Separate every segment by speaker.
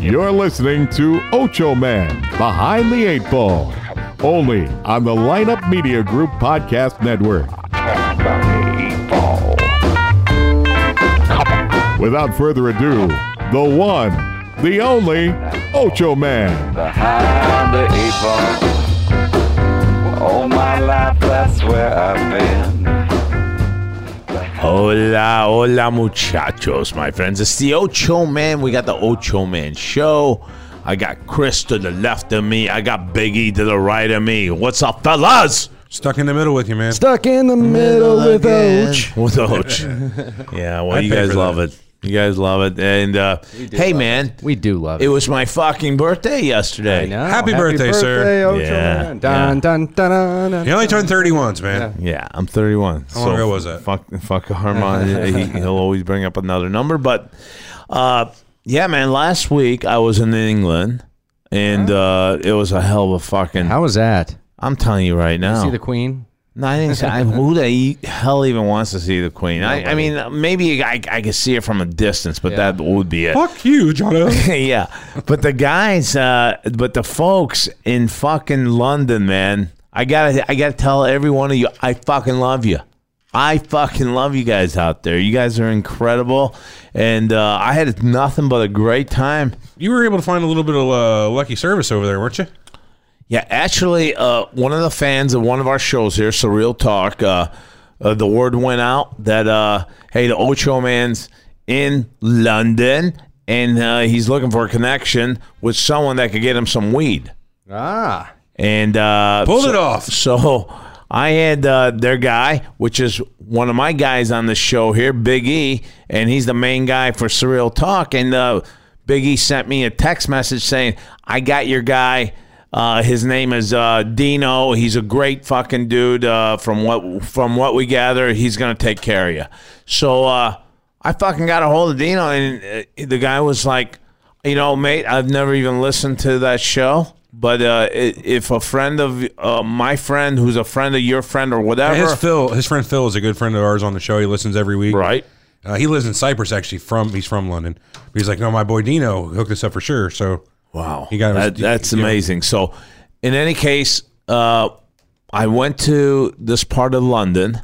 Speaker 1: You're listening to Ocho Man Behind the Eight Ball, only on the Lineup Media Group Podcast Network. Without further ado, the one, the only Ocho Man.
Speaker 2: Behind the eight ball. All Oh, my life, that's where I've been.
Speaker 3: Hola, hola, muchachos, my friends. It's the Ocho Man. We got the Ocho Man show. I got Chris to the left of me. I got Biggie to the right of me. What's up, fellas?
Speaker 4: Stuck in the middle with you, man.
Speaker 5: Stuck in the middle, with
Speaker 6: again.
Speaker 5: Oach.
Speaker 3: With Oach. yeah, well,
Speaker 4: I
Speaker 3: you
Speaker 4: pay
Speaker 3: guys
Speaker 4: for
Speaker 3: love it. You guys love it. And uh, hey, man,
Speaker 6: We do love
Speaker 3: it
Speaker 6: it.
Speaker 3: was my fucking birthday yesterday.
Speaker 6: I know.
Speaker 4: Happy birthday, sir.
Speaker 6: Oh,
Speaker 5: Ocho
Speaker 3: Yeah,
Speaker 5: Man. Dun,
Speaker 3: yeah.
Speaker 5: dun, dun, dun, dun.
Speaker 4: You only turned 30 once, man.
Speaker 3: Yeah, I'm 31.
Speaker 4: How long ago was that?
Speaker 3: Fuck, fuck Harmon. he, he'll always bring up another number. But uh, yeah, man, last week I was in England and uh, it was a hell of a fucking.
Speaker 6: How was that?
Speaker 3: I'm telling you right now.
Speaker 6: See the Queen?
Speaker 3: no, I didn't see, I, who the e- hell even wants to see the Queen? I, I mean, maybe I, I could see her from a distance, but that would be it.
Speaker 4: Fuck you, Jono.
Speaker 3: yeah. But the guys, uh, but the folks in fucking London, man, I gotta, I gotta tell every one of you, I fucking love you. I fucking love you guys out there. You guys are incredible, and uh, I had nothing but a great time.
Speaker 4: you were able to find a little bit of uh, lucky service over there, weren't you?
Speaker 3: Yeah, actually, uh, one of the fans of one of our shows here, Surreal Talk, uh, uh, the word went out that uh, hey, the Ocho Man's in London, and uh, he's looking for a connection with someone that could get him some weed.
Speaker 6: Ah.
Speaker 3: and uh,
Speaker 4: Pulled
Speaker 3: so-
Speaker 4: it off.
Speaker 3: So I had uh, their guy, which is one of my guys on the show here, Big E, and he's the main guy for Surreal Talk. And uh, Big E sent me a text message saying, "I got your guy." Uh, his name is uh, Dino. He's a great fucking dude. Uh, from what from what we gather, he's gonna take care of you. So uh, I fucking got a hold of Dino, and uh, the guy was like, you know, mate, I've never even listened to that show, but uh, i- if a friend of uh, my friend, who's a friend of your friend or whatever,
Speaker 4: His Phil, his friend Phil is a good friend of ours on the show. He listens every week.
Speaker 3: right?
Speaker 4: Uh, he lives in Cyprus, actually. From he's from London. But he's like, no, my boy Dino hooked us up for sure. So
Speaker 3: Wow,
Speaker 4: You got-
Speaker 3: that, that's
Speaker 4: you-
Speaker 3: amazing. So, in any case, uh, I went to this part of London,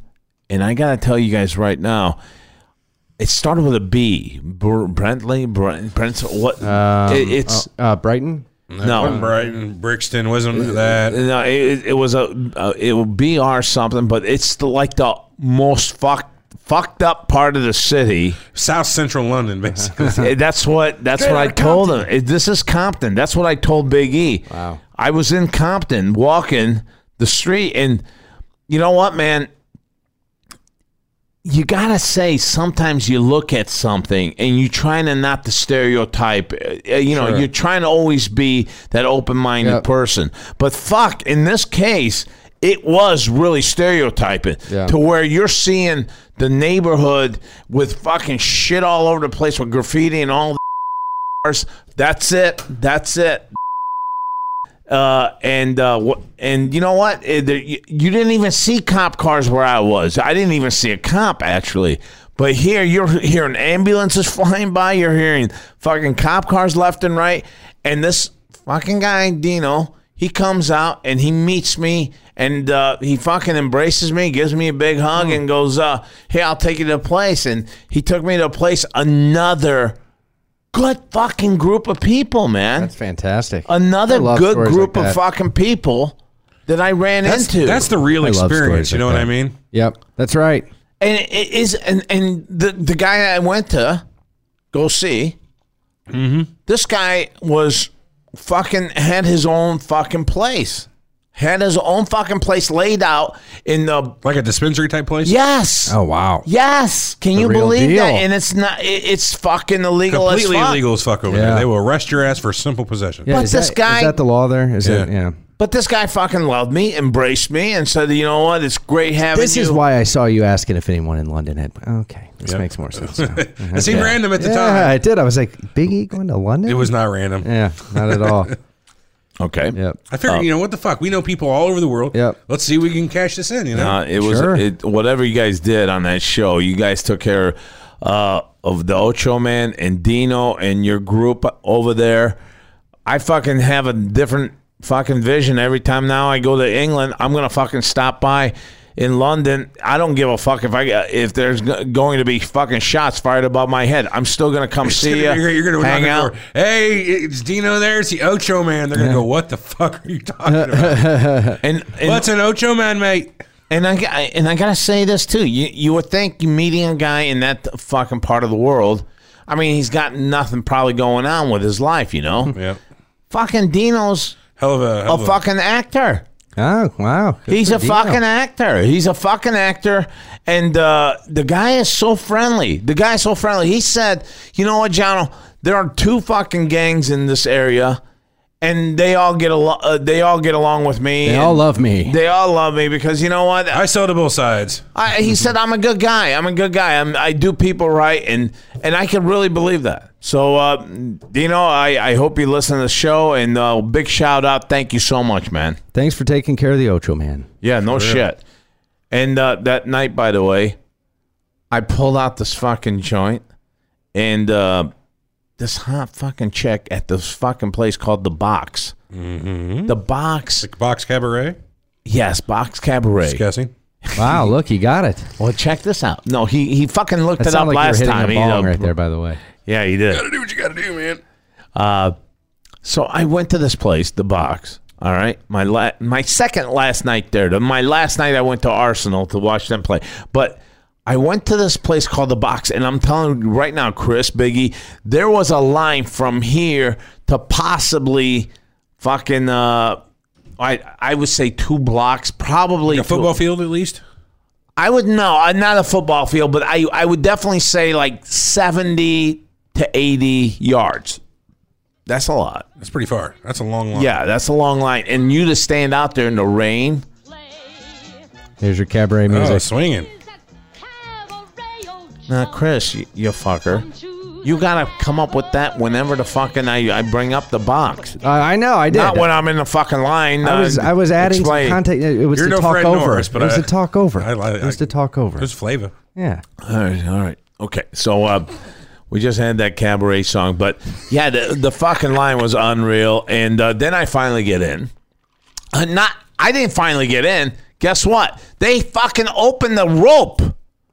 Speaker 3: and I gotta tell you guys right now, it started with a B, Br- Brentley, Brent, Brent, what? it, it's
Speaker 6: Uh, Brighton?
Speaker 3: no,
Speaker 4: wasn't Brighton, Brixton wasn't that.
Speaker 3: No, it, it was a uh, it will be our something, but it's the, like the most fucked fucked up part of the city.
Speaker 4: South Central London, basically.
Speaker 3: Eh, that's what that's what I told him. Eh, This is Compton. That's what I told Big E. Wow. I was in Compton walking the street, and you know what, man. You gotta say sometimes you look at something and you're trying to not to stereotype. eh, eh, You know, you're trying to always be that open-minded
Speaker 6: Yep.
Speaker 3: person. But fuck, in this case, it was really stereotyping
Speaker 6: Yeah.
Speaker 3: to where you're seeing the neighborhood with fucking shit all over the place with graffiti and all the bars. That's it. That's it. Uh, and uh, wh- and you know what? Eh, there- You you didn't even see cop cars where I was. I didn't even see a cop actually. But here you're hearing ambulances flying by. You're hearing fucking cop cars left and right. And this fucking guy Dino, he comes out and he meets me and uh, he fucking embraces me, gives me a big hug, and goes, uh, "Hey, I'll take you to a place." And he took me to a place. Another good fucking group of people, man
Speaker 6: That's fantastic.
Speaker 3: another
Speaker 6: I love
Speaker 3: good
Speaker 6: stories
Speaker 3: group
Speaker 6: like
Speaker 3: of
Speaker 6: that.
Speaker 3: fucking people that I ran
Speaker 4: That's,
Speaker 3: into.
Speaker 4: that's the real
Speaker 6: I love
Speaker 4: experience.
Speaker 6: stories
Speaker 4: You
Speaker 6: like
Speaker 4: know what
Speaker 6: that.
Speaker 4: I mean?
Speaker 6: Yep. That's right.
Speaker 3: and it is and and the the guy I went to go see.
Speaker 4: Mm-hmm.
Speaker 3: This guy was fucking had his own fucking place, had his own fucking place laid out in the
Speaker 4: Like a dispensary type place.
Speaker 3: yes.
Speaker 6: Oh, wow.
Speaker 3: Yes, can you
Speaker 6: real
Speaker 3: believe that?
Speaker 6: deal.
Speaker 3: And it's not. It, it's fucking illegal. as
Speaker 4: Completely
Speaker 3: fuck.
Speaker 4: illegal as fuck over there.
Speaker 6: Yeah.
Speaker 4: They will arrest your ass for simple possession.
Speaker 6: Yeah,
Speaker 3: But
Speaker 6: is
Speaker 3: this
Speaker 6: that-
Speaker 3: guy-
Speaker 6: Is that the law there? Is it?
Speaker 4: Yeah.
Speaker 6: Yeah.
Speaker 3: But this guy fucking loved me, embraced me, and said, "You know what? It's great having
Speaker 6: This
Speaker 3: you."
Speaker 6: is why I saw you asking if anyone in London had. Okay. This
Speaker 4: Yeah.
Speaker 6: makes more sense. now. Uh-huh.
Speaker 4: It seemed random at the
Speaker 6: yeah,
Speaker 4: time.
Speaker 6: I did. I was like, Big E going to London?
Speaker 4: It was not random.
Speaker 6: Yeah, not at all.
Speaker 3: Okay.
Speaker 6: Yep.
Speaker 4: I figured,
Speaker 3: Uh,
Speaker 4: you know, what the fuck? We know people all over the world.
Speaker 6: Yep.
Speaker 4: Let's see if we can cash this in, you know?
Speaker 3: Uh, it was
Speaker 6: Sure.
Speaker 3: it, whatever you guys did on that show. You guys took care. Uh, of the Ocho Man and Dino and your group over there. I fucking have a different fucking vision every time now I go to England. I'm gonna fucking stop by in London. I don't give a fuck if I if there's go- going to be fucking shots fired above my head. I'm still gonna come see you.
Speaker 4: You're, you're gonna
Speaker 3: hang
Speaker 4: knock on the
Speaker 3: out.
Speaker 4: door. Hey, it's Dino there. It's the Ocho Man. They're gonna go. What the fuck are you talking about?
Speaker 3: And, and
Speaker 4: What's an Ocho Man, mate?
Speaker 3: And I got- and I gotta say this too. You you would think meeting a guy in that fucking part of the world. I mean, he's got nothing probably going on with his life, you know.
Speaker 6: Mm-hmm.
Speaker 4: Yeah,
Speaker 3: Fucking Dino's
Speaker 4: hell of a, hell
Speaker 3: a
Speaker 4: of
Speaker 3: fucking actor.
Speaker 6: Oh wow. Good
Speaker 3: He's
Speaker 6: for
Speaker 3: a
Speaker 6: Dino.
Speaker 3: fucking actor. He's a fucking actor, and uh, the guy is so friendly. The guy is so friendly. He said, "You know what, Jono? There are two fucking gangs in this area, and they all get al- uh, they all get along with me.
Speaker 6: They
Speaker 3: and
Speaker 6: all love me.
Speaker 3: They all love me because you know what?
Speaker 4: I sell to both sides.
Speaker 3: I, he said, "I'm a good guy. I'm a good guy. I'm, I do people right, and and I can really believe that." So, uh, Dino, I, I hope you listen to the show, and uh, big shout out. Thank you so much, man.
Speaker 6: Thanks for taking care of the Ocho Man.
Speaker 3: Yeah, no shit. And uh, that night, by the way, I pulled out this fucking joint, and uh, this hot fucking chick at this fucking place called the Box.
Speaker 6: Mm-hmm.
Speaker 3: The Box,
Speaker 4: Box Cabaret.
Speaker 3: yes, Box Cabaret.
Speaker 4: Discussing.
Speaker 6: Wow, look, he got it.
Speaker 3: Well, check this out. No, he he fucking looked
Speaker 6: That
Speaker 3: it up
Speaker 6: sounded like you were
Speaker 3: last
Speaker 6: hitting
Speaker 3: time. uh,
Speaker 6: a
Speaker 3: He's
Speaker 6: bong
Speaker 3: a-
Speaker 6: right there, by the way.
Speaker 3: Yeah, he did.
Speaker 4: do what you gotta do, man.
Speaker 3: Uh, so I went to this place, the box. All right, my la- my second last night there. The- My last night I went to Arsenal to watch them play, but I went to this place called the Box, and I'm telling you right now, Chris Biggie, there was a line from here to possibly fucking. Uh, I I would say two blocks, probably
Speaker 4: A
Speaker 3: two-
Speaker 4: football field at least.
Speaker 3: I would no, uh, not a football field, but I I would definitely say like seventy to eighty yards. That's a lot.
Speaker 4: That's pretty far. That's a long line.
Speaker 3: Yeah, that's a long line. And you to stand out there in the rain.
Speaker 6: There's your cabaret
Speaker 4: Oh,
Speaker 6: music.
Speaker 4: swinging.
Speaker 3: Nah, Chris, you, you fucker. You gotta come up with that whenever the fucking I, I bring up the box.
Speaker 6: Uh, I know, I did.
Speaker 3: Not when I'm in the fucking line.
Speaker 6: I
Speaker 3: uh,
Speaker 6: was I was adding
Speaker 3: explain.
Speaker 6: some content. It was
Speaker 4: You're
Speaker 6: to
Speaker 4: no
Speaker 6: talk
Speaker 4: Fred
Speaker 6: over.
Speaker 4: Norris, but
Speaker 6: it was
Speaker 4: I-
Speaker 6: to talk over.
Speaker 4: I like-
Speaker 6: it was
Speaker 4: I-
Speaker 6: to talk over.
Speaker 4: There's flavor.
Speaker 6: yeah.
Speaker 3: All right, all right. Okay, so uh, we just had that cabaret song, but yeah, the, the fucking line was unreal. And uh, then I finally get in. Uh, not, I didn't finally get in. Guess what? They fucking opened the rope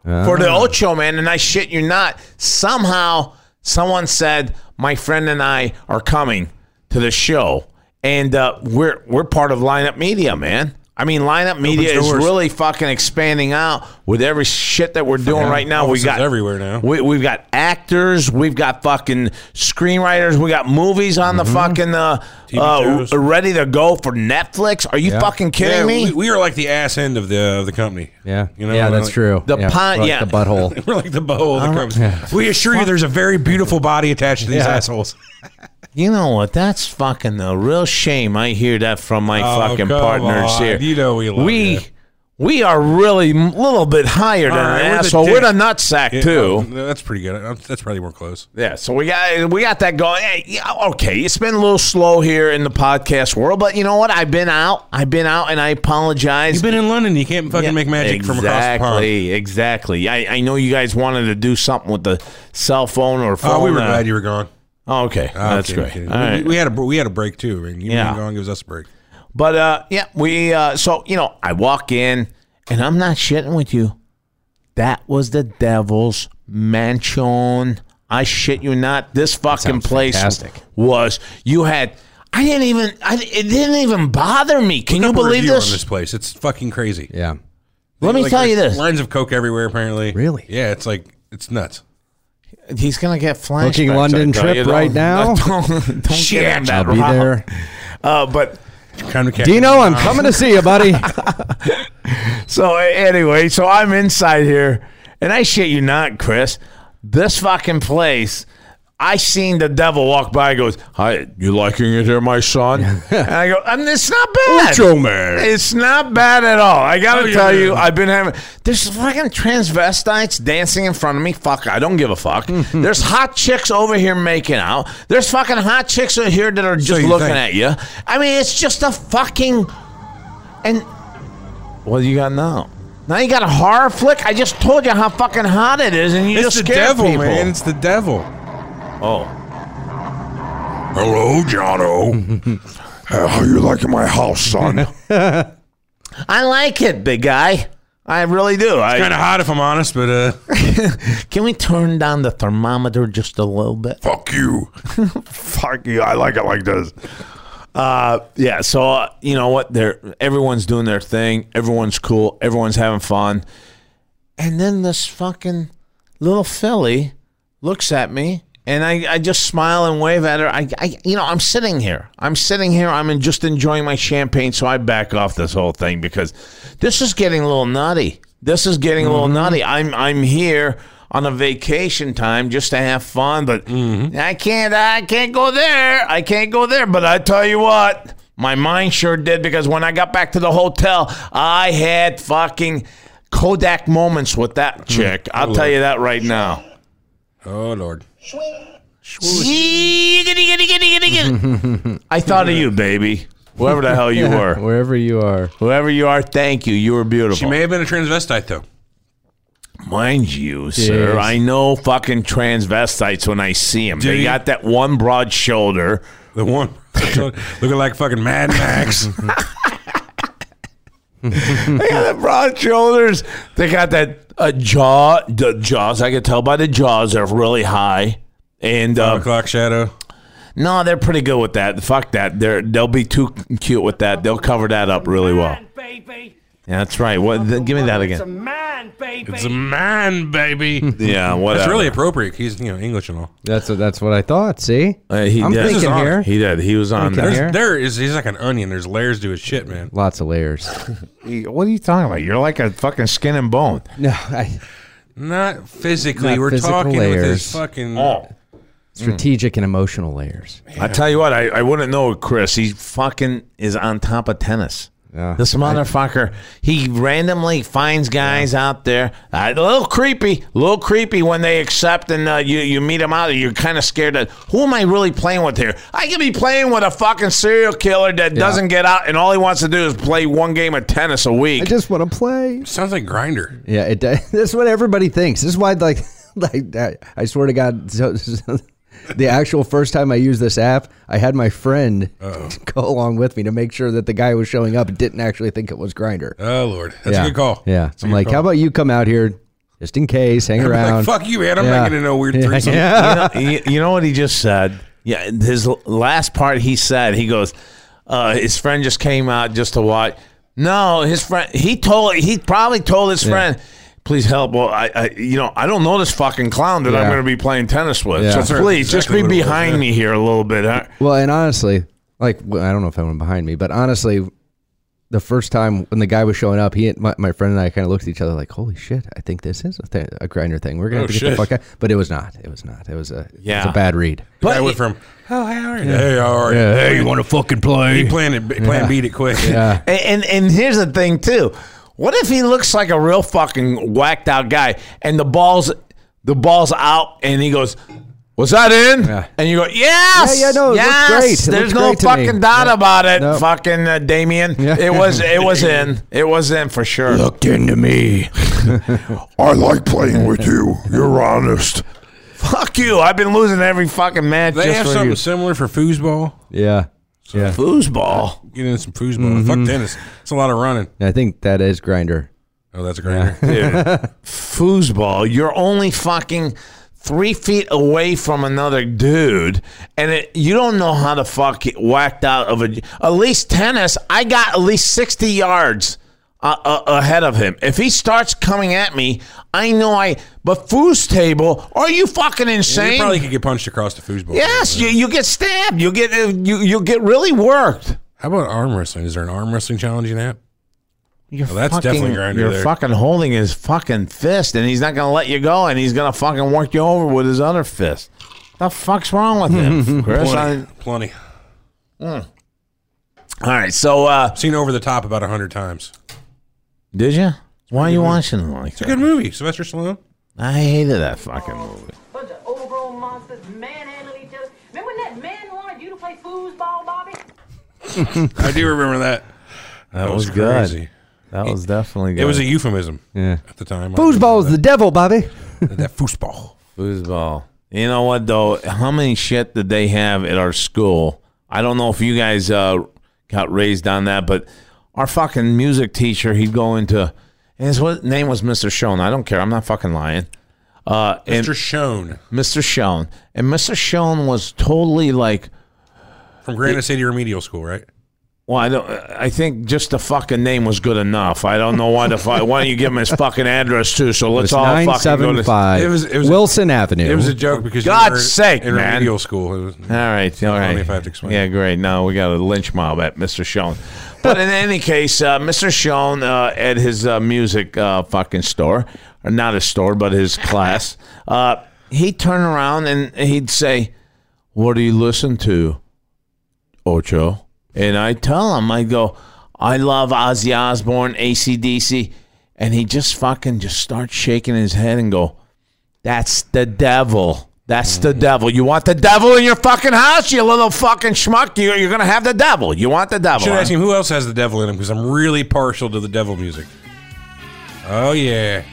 Speaker 3: for the Ocho man, and I shit you not. Somehow, someone said my friend and I are coming to the show, and uh, we're we're part of lineup media, man. I mean, lineup media is
Speaker 4: doors.
Speaker 3: really fucking expanding out with every shit that we're doing right now. We
Speaker 4: Offices
Speaker 3: got
Speaker 4: everywhere now.
Speaker 3: We, we've got actors, we've got fucking screenwriters, we got movies on the fucking uh, uh,
Speaker 4: Mm-hmm. shows.
Speaker 3: ready to go for Netflix. Are you fucking kidding
Speaker 4: Yeah,
Speaker 3: me?
Speaker 4: We, we are like the ass end of the of the company.
Speaker 6: Yeah.
Speaker 4: You know,
Speaker 6: yeah,
Speaker 4: we're
Speaker 6: that's
Speaker 4: like-
Speaker 6: true.
Speaker 3: The
Speaker 6: yeah,
Speaker 3: pon-
Speaker 6: like
Speaker 3: yeah.
Speaker 6: the butthole.
Speaker 4: We're like the bow of the company. We assure you, there's a very beautiful body attached to these assholes.
Speaker 3: You know what? That's fucking a real shame. I hear that from my
Speaker 4: Oh,
Speaker 3: fucking
Speaker 4: come
Speaker 3: partners
Speaker 4: on.
Speaker 3: here.
Speaker 4: You know we love
Speaker 3: we
Speaker 4: you.
Speaker 3: we are really a little bit higher than
Speaker 4: All right,
Speaker 3: an
Speaker 4: we're the
Speaker 3: asshole. We're
Speaker 4: dick.
Speaker 3: the nutsack
Speaker 4: Yeah,
Speaker 3: too.
Speaker 4: um, that's pretty good. Uh, That's probably more close.
Speaker 3: Yeah, so we got we got that going. Hey, yeah, okay, it's been a little slow here in the podcast world, but you know what? I've been out. I've been out, and I apologize.
Speaker 4: You've been in London. You can't fucking
Speaker 3: Yeah,
Speaker 4: make magic
Speaker 3: exactly,
Speaker 4: from across the pond.
Speaker 3: Exactly, I, I know you guys wanted to do something with the cell phone or phone.
Speaker 4: Oh, we were
Speaker 3: uh,
Speaker 4: glad you were gone.
Speaker 3: Oh, okay,
Speaker 4: Oh,
Speaker 3: that's
Speaker 4: kidding,
Speaker 3: great.
Speaker 4: kidding.
Speaker 3: All
Speaker 4: We-
Speaker 3: right.
Speaker 4: we, had a br- we had a break too. I mean, you
Speaker 3: Yeah.
Speaker 4: being gone gives us a break.
Speaker 3: But uh, yeah, we uh, so you know, I walk in and I'm not shitting with you. That was the devil's mansion. I shit you not. This fucking
Speaker 6: sounds
Speaker 3: place
Speaker 6: fantastic.
Speaker 3: was. You had. I didn't even. I, it didn't even bother me. Can you
Speaker 4: Up a
Speaker 3: believe
Speaker 4: review
Speaker 3: this?
Speaker 4: on this place? It's fucking crazy.
Speaker 6: Yeah.
Speaker 3: Let me
Speaker 4: Like,
Speaker 3: tell you
Speaker 4: there's
Speaker 3: this.
Speaker 4: Lines of coke everywhere. Apparently,
Speaker 6: Really?
Speaker 4: Yeah, it's like it's nuts.
Speaker 3: He's gonna get flashbacks.
Speaker 6: Booking London
Speaker 3: I tell
Speaker 6: trip
Speaker 3: you.
Speaker 6: right
Speaker 3: Don't-
Speaker 6: now?
Speaker 3: Don't, don't get him
Speaker 6: I'll
Speaker 3: that
Speaker 6: be
Speaker 3: wrong.
Speaker 6: there.
Speaker 3: Uh, but
Speaker 4: Kind of Ah.
Speaker 6: Dino, I'm coming to see you, buddy.
Speaker 3: So a- anyway, so I'm inside here, and I shit you not, Chris. This fucking place. I seen the devil walk by. and Goes, "Hi, you liking it here, my son?" and I go, I mean, "It's not bad.
Speaker 4: man.
Speaker 3: It's not bad at all. I gotta
Speaker 4: Oh, yeah.
Speaker 3: tell you, I've been having there's fucking transvestites dancing in front of me. Fuck, I don't give a fuck.
Speaker 4: Mm-hmm.
Speaker 3: there's hot chicks over here making out. There's fucking hot chicks over here that are just
Speaker 4: you
Speaker 3: looking at
Speaker 4: think.
Speaker 3: you. I mean, it's just a fucking and what do you got now?
Speaker 7: Now you got a horror flick? I just told you how fucking hot it is, and you
Speaker 4: It's
Speaker 7: just
Speaker 4: the
Speaker 7: scared
Speaker 4: devil,
Speaker 7: people.
Speaker 4: man. It's the devil.
Speaker 7: Oh,
Speaker 4: Hello, Jono. How you liking my house, son? it's
Speaker 7: I like it, big guy. I really do. I,
Speaker 4: kind of hot if I'm honest, but uh,
Speaker 7: Can we turn down the thermometer just a little bit?
Speaker 4: fuck you.
Speaker 7: Fuck you. I like it like this. Uh, yeah. So uh, you know what? They're everyone's doing their thing. Everyone's cool. Everyone's having fun. And then this fucking little filly looks at me, and I, I just smile and wave at her. I, I you know I'm sitting here. I'm sitting here. I'm in- just enjoying my champagne. So I back off this whole thing because this is getting a little nutty. This is getting a little nutty. I'm I'm here on a vacation time just to have fun, but I can't I can't go there. I can't go there. But I tell you what, my mind sure did because when I got back to the hotel, I had fucking Kodak moments with
Speaker 6: Hmm.
Speaker 7: that chick. I'll tell you that right now.
Speaker 4: Oh Lord.
Speaker 7: I thought of you, baby. Whoever the hell you were.
Speaker 6: Wherever you are.
Speaker 7: Whoever you are, thank you. You were beautiful.
Speaker 4: She may have been a transvestite though.
Speaker 7: Mind you, sir,
Speaker 6: Yes.
Speaker 7: I know fucking transvestites when I see them. They
Speaker 4: Dude.
Speaker 7: got that one broad shoulder.
Speaker 4: The one looking like fucking Mad Max.
Speaker 6: Um,
Speaker 7: They got that broad shoulders. They got that uh, jaw. The jaws, I could tell by the jaws, are really high. And uh,
Speaker 4: O'clock shadow.
Speaker 7: no, they're pretty good with that. Fuck that. They're they'll be too cute with that. They'll cover that up really well.
Speaker 8: man, baby.
Speaker 7: Yeah, that's right. What? th- give me that
Speaker 8: It's a
Speaker 7: again.
Speaker 8: man, baby.
Speaker 4: It's a man, baby.
Speaker 7: Yeah, whatever.
Speaker 4: That's really
Speaker 6: uh,
Speaker 4: appropriate. He's you know English and all.
Speaker 6: That's what, that's what I thought. See?
Speaker 7: Uh, he
Speaker 6: I'm
Speaker 7: did.
Speaker 4: This is
Speaker 6: thinking
Speaker 4: on.
Speaker 6: here.
Speaker 7: He did. He was on
Speaker 6: Thinking
Speaker 7: there.
Speaker 6: here.
Speaker 4: There's, there is he's like an onion. There's layers to his shit, man.
Speaker 6: Lots of layers.
Speaker 7: What are you talking about? You're like a fucking skin and bone.
Speaker 6: No, I,
Speaker 4: Not physically.
Speaker 6: Not
Speaker 4: We're
Speaker 6: physical
Speaker 4: talking with
Speaker 6: layers.
Speaker 4: his fucking.
Speaker 6: strategic and emotional layers.
Speaker 7: I tell you what, I, I wouldn't know Chris. He fucking is on top of tennis.
Speaker 6: Yeah.
Speaker 7: This motherfucker, he randomly finds guys out there. Uh, a little creepy, a little creepy when they accept and uh, you, you meet them out. You're kind of scared that who am I really playing with here? I could be playing with a fucking serial killer that doesn't get out and all he wants to do is play one game of tennis a week.
Speaker 6: I just want to play.
Speaker 4: Sounds like grinder.
Speaker 6: Yeah, it does. That's what everybody thinks. This is why, like, like I, I swear to God, so, so- the actual first time I used this app, I had my friend go along with me to make sure that the guy who was showing up didn't actually think it was Grinder.
Speaker 4: Oh Lord, that's
Speaker 6: yeah.
Speaker 4: a good call.
Speaker 6: Yeah,
Speaker 4: That's a
Speaker 6: I'm
Speaker 4: good
Speaker 6: like,
Speaker 4: call.
Speaker 6: how about you come out here just in case, hang
Speaker 4: I'd be
Speaker 6: around.
Speaker 4: Like, Fuck you, man. I'm
Speaker 6: Yeah.
Speaker 4: not gonna know weird
Speaker 6: Yeah,
Speaker 4: threesome.
Speaker 6: yeah.
Speaker 7: you, know, you, you know what he just said? Yeah, and his l- last part he said, he goes, uh, his friend just came out just to watch. No, his friend, he told, he probably told his friend, please help. Well, I, I, you know, I don't know this fucking clown that I'm
Speaker 6: Yeah.
Speaker 7: going to be playing tennis with.
Speaker 6: Yeah. That's
Speaker 7: So
Speaker 4: right.
Speaker 7: please
Speaker 4: Exactly
Speaker 7: just
Speaker 4: what
Speaker 7: be
Speaker 4: it was,
Speaker 7: behind
Speaker 4: yeah.
Speaker 7: me here a little bit. Huh?
Speaker 6: Well, and honestly, like well, I don't know if anyone behind me, but honestly, the first time when the guy was showing up, he my, my friend and I kind of looked at each other like, "Holy shit! I think this is a, th- a grinder thing. We're
Speaker 4: Oh,
Speaker 6: gonna have to get the
Speaker 4: shit.
Speaker 6: fuck out." But it was not. It was not. It was a it was
Speaker 7: Yeah.
Speaker 6: a bad read.
Speaker 4: But I
Speaker 7: But
Speaker 4: went from oh how are you? Hey, how are you?
Speaker 6: hey, you want to fucking play?
Speaker 4: He planned it. Plan beat it quick.
Speaker 6: Yeah.
Speaker 7: And, and and here's the thing too. What if he looks like a real fucking whacked out guy and the ball's the ball's out and he goes, Was that in?
Speaker 6: Yeah.
Speaker 7: And you go, Yes.
Speaker 6: Yeah, yeah, no, it looked
Speaker 7: yes.
Speaker 6: great. It
Speaker 7: There's
Speaker 6: looked
Speaker 7: no
Speaker 6: great to me."
Speaker 7: fucking doubt
Speaker 6: Yeah.
Speaker 7: about it,
Speaker 6: No.
Speaker 7: fucking uh, Damien.
Speaker 6: Yeah.
Speaker 7: It was it was in. It was in for sure.
Speaker 6: Looked into me.
Speaker 9: I like playing with you. You're honest.
Speaker 7: Fuck you. I've been losing every fucking match
Speaker 4: They have
Speaker 7: just for
Speaker 4: something
Speaker 7: you.
Speaker 4: similar for foosball.
Speaker 6: Yeah, yeah.
Speaker 7: Foosball.
Speaker 4: Get in some foosball. Fuck tennis. It's a lot of running.
Speaker 6: And I think that is grinder.
Speaker 4: Oh, that's a grinder.
Speaker 7: Dude. Foosball. You're only fucking three feet away from another dude, and it, you don't know how to fuck get whacked out of a. At least tennis, I got at least sixty yards. Uh, uh, ahead of him. If he starts coming at me, I know I. But foos table, are you fucking insane?
Speaker 4: You probably could get punched across the foosball.
Speaker 7: yes, you, you get stabbed. You get uh, you you get really worked.
Speaker 4: How about arm wrestling? Is there an arm wrestling challenge in that?
Speaker 7: You're
Speaker 4: Well, that's
Speaker 7: fucking,
Speaker 4: definitely grinder
Speaker 7: You're
Speaker 4: there.
Speaker 7: fucking holding his fucking fist, and he's not gonna let you go, and he's gonna fucking work you over with his other fist. The fuck's wrong with him, Chris? I-
Speaker 4: Plenty.
Speaker 7: all right, so uh,
Speaker 4: Seen over the top about a hundred times.
Speaker 7: did you? Why are you watching it like
Speaker 4: It's a good
Speaker 7: that?
Speaker 4: movie. Sylvester Stallone.
Speaker 7: I hated that fucking movie.
Speaker 10: bunch of overgrown monsters manhandling each other. Remember when that man wanted you to play foosball, Bobby?
Speaker 4: I do remember that. That,
Speaker 7: was good. That was definitely good.
Speaker 4: It was a euphemism
Speaker 6: Yeah.
Speaker 4: at the time. I
Speaker 6: Foosball is the
Speaker 4: remember
Speaker 6: devil, Bobby.
Speaker 4: that, that foosball.
Speaker 7: foosball. You know what though? How many shit did they have at our school? I don't know if you guys uh, got raised on that, but our fucking music teacher, he'd go into and his what name was Mr. Schoen. I don't care. I'm not fucking lying. Uh, and
Speaker 4: Mr. Schoen
Speaker 7: Mr. Schoen. And Mr. Schoen was totally like
Speaker 4: from Granite City Remedial School, right?
Speaker 7: Well, I don't. I think just the fucking name was good enough. I don't know why the fuck. Why don't you give him his fucking address too? So let's
Speaker 6: It's
Speaker 7: all fucking go to. All
Speaker 6: 975
Speaker 4: It was- it was-
Speaker 6: Wilson Avenue.
Speaker 4: It was a joke because
Speaker 7: God's
Speaker 4: you were
Speaker 7: sake,
Speaker 4: in
Speaker 7: man.
Speaker 4: remedial school. It was,
Speaker 7: right, all
Speaker 4: I don't
Speaker 7: right.
Speaker 4: know if I have to explain.
Speaker 7: Yeah, great. Now we got a lynch mob at Mr. Schoen. But in any case, uh, Mr. Schoen uh, at his uh, music uh, fucking store, or not his store, but his class, uh, he'd turn around and he'd say, "What do you listen to, Ocho?" And I tell him, I go, "I love Ozzy Osbourne, ACDC," and he just fucking just starts shaking his head and go. That's the devil. That's the devil. You want the devil in your fucking house, you little fucking schmuck? You're, you're going to have the devil. You want the devil.
Speaker 4: Should
Speaker 7: huh?
Speaker 4: ask him who else has the devil in him because I'm really partial to the devil music. Oh yeah,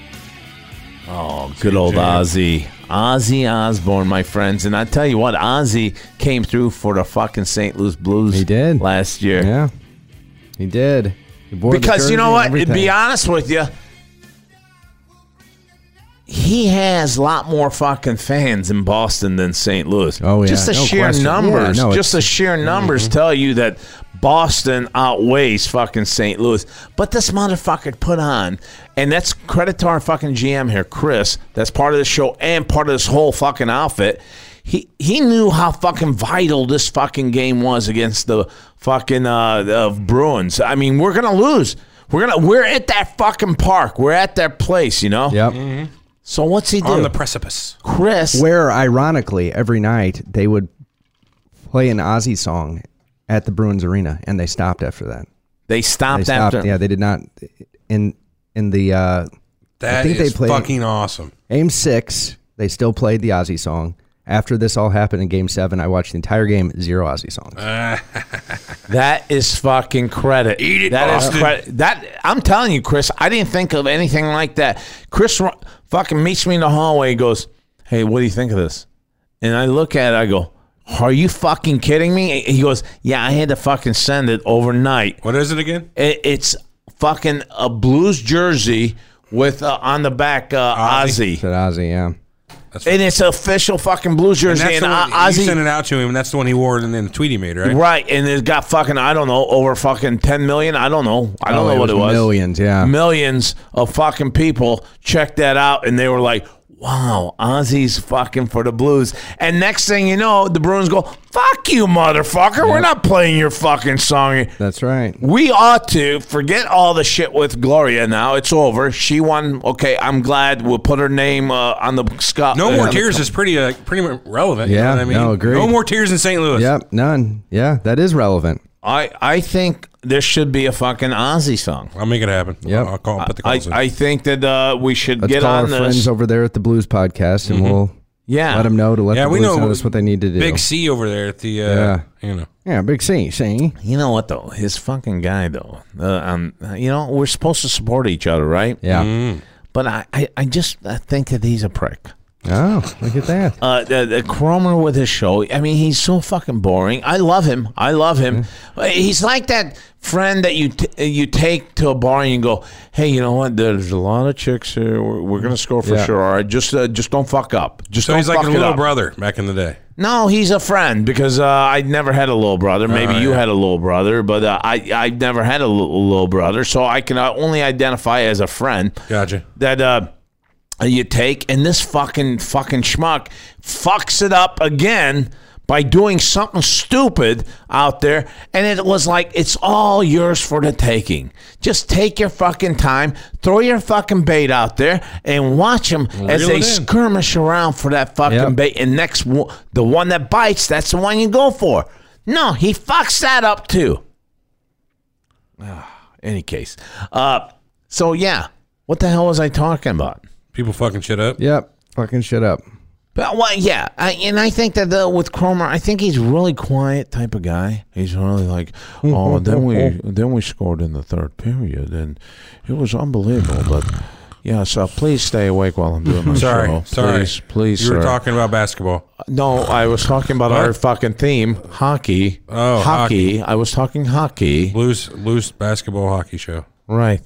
Speaker 7: Oh, good old
Speaker 4: Jam.
Speaker 7: Ozzy. Ozzy Osbourne, my friends. And I tell you what, Ozzy came through for the fucking St. Louis Blues
Speaker 6: He did.
Speaker 7: last year.
Speaker 6: Yeah. He did. He wore the
Speaker 7: Because
Speaker 6: jersey
Speaker 7: you know
Speaker 6: and
Speaker 7: what? To
Speaker 6: everything.
Speaker 7: be honest with you, he has a lot more fucking fans in Boston than St. Louis.
Speaker 6: Oh, yeah.
Speaker 7: Just the
Speaker 6: No Mm-hmm.
Speaker 7: sheer
Speaker 6: question.
Speaker 7: numbers.
Speaker 6: Yeah, no,
Speaker 7: just the sheer numbers tell you that Boston outweighs fucking St. Louis. But this motherfucker put on, and that's credit to our fucking GM here, Chris. That's part of the show and part of this whole fucking outfit. He, he knew how fucking vital this fucking game was against the fucking uh, the Bruins. I mean, we're gonna lose. We're gonna we're at that fucking park. We're at that place, you know.
Speaker 6: Yep.
Speaker 7: So what's he do?
Speaker 4: on the precipice.
Speaker 7: Chris.
Speaker 6: Where, ironically, every night they would play an Ozzy song at the Bruins Arena, and they stopped after that.
Speaker 7: They
Speaker 6: They
Speaker 7: stopped,
Speaker 6: stopped.
Speaker 7: after.
Speaker 6: Yeah, they did not. In in the uh,
Speaker 4: That
Speaker 6: think they
Speaker 4: is
Speaker 6: played-
Speaker 4: fucking awesome.
Speaker 6: Game six, they still played the Ozzy song. After this all happened in Game seven, I watched the entire game, zero Ozzy songs.
Speaker 7: Ah. That is fucking credit.
Speaker 4: Eat it,
Speaker 7: That is
Speaker 4: Austin.
Speaker 7: credit. That I'm telling you, Chris. I didn't think of anything like that. Chris ru- fucking meets me in the hallway. and Goes, hey, what do you think of this? And I look at it. I go, are you fucking kidding me? He goes, yeah, I had to fucking send it overnight.
Speaker 4: What is it again?
Speaker 7: It, it's fucking a blues jersey with uh, on the back uh, Ozzy.
Speaker 6: Said Ozzy, yeah.
Speaker 7: and it's an official fucking blues jersey. And,
Speaker 4: the one,
Speaker 7: O-
Speaker 4: you
Speaker 7: Ozzy
Speaker 4: sent it out to him, and that's the one he wore, and then the tweet he made, right?
Speaker 7: Right, and it got fucking I don't know over fucking ten million. I don't know. I don't
Speaker 6: Oh,
Speaker 7: know what it was.
Speaker 6: Millions, yeah.
Speaker 7: Millions of fucking people checked that out, and they were like, "Wow, Ozzy's fucking for the Blues." And next thing you know, the Bruins go, "Fuck you, motherfucker! We're not playing your fucking song."
Speaker 6: That's right.
Speaker 7: We ought to forget all the shit with Gloria now. It's over. She won. Okay, I'm glad we'll put her name uh, on the Scott.
Speaker 4: No
Speaker 7: uh,
Speaker 4: more
Speaker 7: on the-
Speaker 4: tears is pretty uh, pretty much relevant. you know
Speaker 6: Yeah,
Speaker 4: what I mean,
Speaker 6: no, agreed.
Speaker 4: No more tears in St. Louis.
Speaker 6: Yep, none. Yeah, that is relevant.
Speaker 7: I I think there should be a fucking Ozzy song.
Speaker 4: I'll make it happen.
Speaker 6: Yep.
Speaker 4: I'll call. Put the
Speaker 7: I,
Speaker 4: calls in.
Speaker 7: I think that uh, we should
Speaker 6: Let's
Speaker 7: get
Speaker 6: call
Speaker 7: on
Speaker 6: our
Speaker 7: this.
Speaker 6: friends over there at the Blues Podcast, and we'll
Speaker 7: Mm-hmm. yeah,
Speaker 6: let them know to let
Speaker 4: Yeah,
Speaker 6: the
Speaker 4: we
Speaker 6: Blues know,
Speaker 4: know
Speaker 6: that's what they need to do.
Speaker 4: Big C over there at the. Uh,
Speaker 6: Yeah.
Speaker 4: You know.
Speaker 6: yeah, big C. See,
Speaker 7: You know what though? His fucking guy though. Uh, um, you know we're supposed to support each other, right?
Speaker 6: yeah.
Speaker 3: Mm.
Speaker 7: But I, I, I just I think that he's a prick.
Speaker 6: Oh, look at that.
Speaker 7: Uh, the, the Cromer with his show. I mean, he's so fucking boring. I love him. I love him. Uh, He's like that friend that you t- uh, you take to a bar and you go, hey, you know what? There's a lot of chicks here. We're, we're gonna score for
Speaker 6: Yeah.
Speaker 7: sure. All right, just uh, just don't fuck up. Just
Speaker 4: So
Speaker 7: don't
Speaker 4: he's like
Speaker 7: fuck
Speaker 4: a
Speaker 7: it
Speaker 4: little
Speaker 7: up.
Speaker 4: brother back in the day.
Speaker 7: No, he's a friend because uh, I never had a little brother. Maybe
Speaker 4: Oh,
Speaker 7: you
Speaker 4: yeah.
Speaker 7: had a little brother, but uh, I I never had a little, little brother, so I can uh, only identify as a friend
Speaker 4: Gotcha.
Speaker 7: that uh, you take. And this fucking fucking schmuck fucks it up again by doing something stupid out there, and it was like it's all yours for the taking. Just take your fucking time, throw your fucking bait out there, and watch them as
Speaker 4: Reel
Speaker 7: they
Speaker 4: it in.
Speaker 7: skirmish around for that fucking
Speaker 6: Yep.
Speaker 7: bait bait, and next one, the one that bites, that's the one you go for. No, he fucks that up too. Ah, any case, uh, so yeah, what the hell was I talking about?
Speaker 4: People fucking shit up.
Speaker 6: Yep, fucking shit up.
Speaker 3: But well, yeah, I, and I think that uh, with Cromer, I think he's really quiet type of guy. He's really like, oh, then we then we scored in the third period, and it was unbelievable. But yeah, so please stay awake while I'm doing my
Speaker 4: Sorry,
Speaker 3: show.
Speaker 4: sorry.
Speaker 3: please, please,
Speaker 4: You were
Speaker 3: sir.
Speaker 4: talking about basketball.
Speaker 3: No, I was talking about our
Speaker 4: What?
Speaker 3: fucking theme, hockey.
Speaker 4: Oh,
Speaker 3: hockey. I was talking hockey.
Speaker 4: Loose, loose basketball hockey show.
Speaker 3: Right.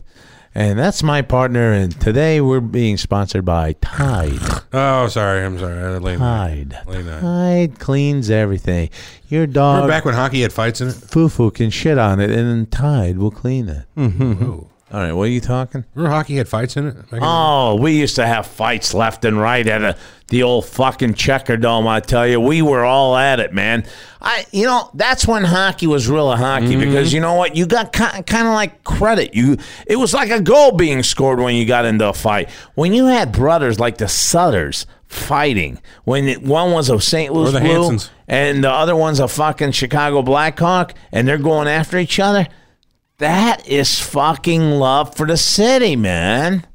Speaker 3: And that's my partner. And today we're being sponsored by Tide.
Speaker 4: Oh, sorry. I'm sorry. I had a late night.
Speaker 3: Tide.
Speaker 4: Late night.
Speaker 3: Tide cleans everything. Your
Speaker 4: Remember
Speaker 3: dog
Speaker 4: back when hockey had fights in it?
Speaker 3: Fufu can shit on it, and then Tide will clean it.
Speaker 4: Ooh.
Speaker 3: All right, what are you talking?
Speaker 4: Remember hockey had fights in it? Back in the-
Speaker 3: Oh, we used to have fights left and right at a, the old fucking checker dome. I tell you, we were all at it, man. I, you know, that's when hockey was real hockey
Speaker 4: Mm-hmm.
Speaker 3: because you know what, you got kind of like credit. You, it was like a goal being scored when you got into a fight. When you had brothers like the Sutters fighting, when it, one was a St. Louis
Speaker 4: Or the
Speaker 3: Blue
Speaker 4: Hansons.
Speaker 3: and the other one's a fucking Chicago Blackhawk, and they're going after each other. That is fucking love for the city, man.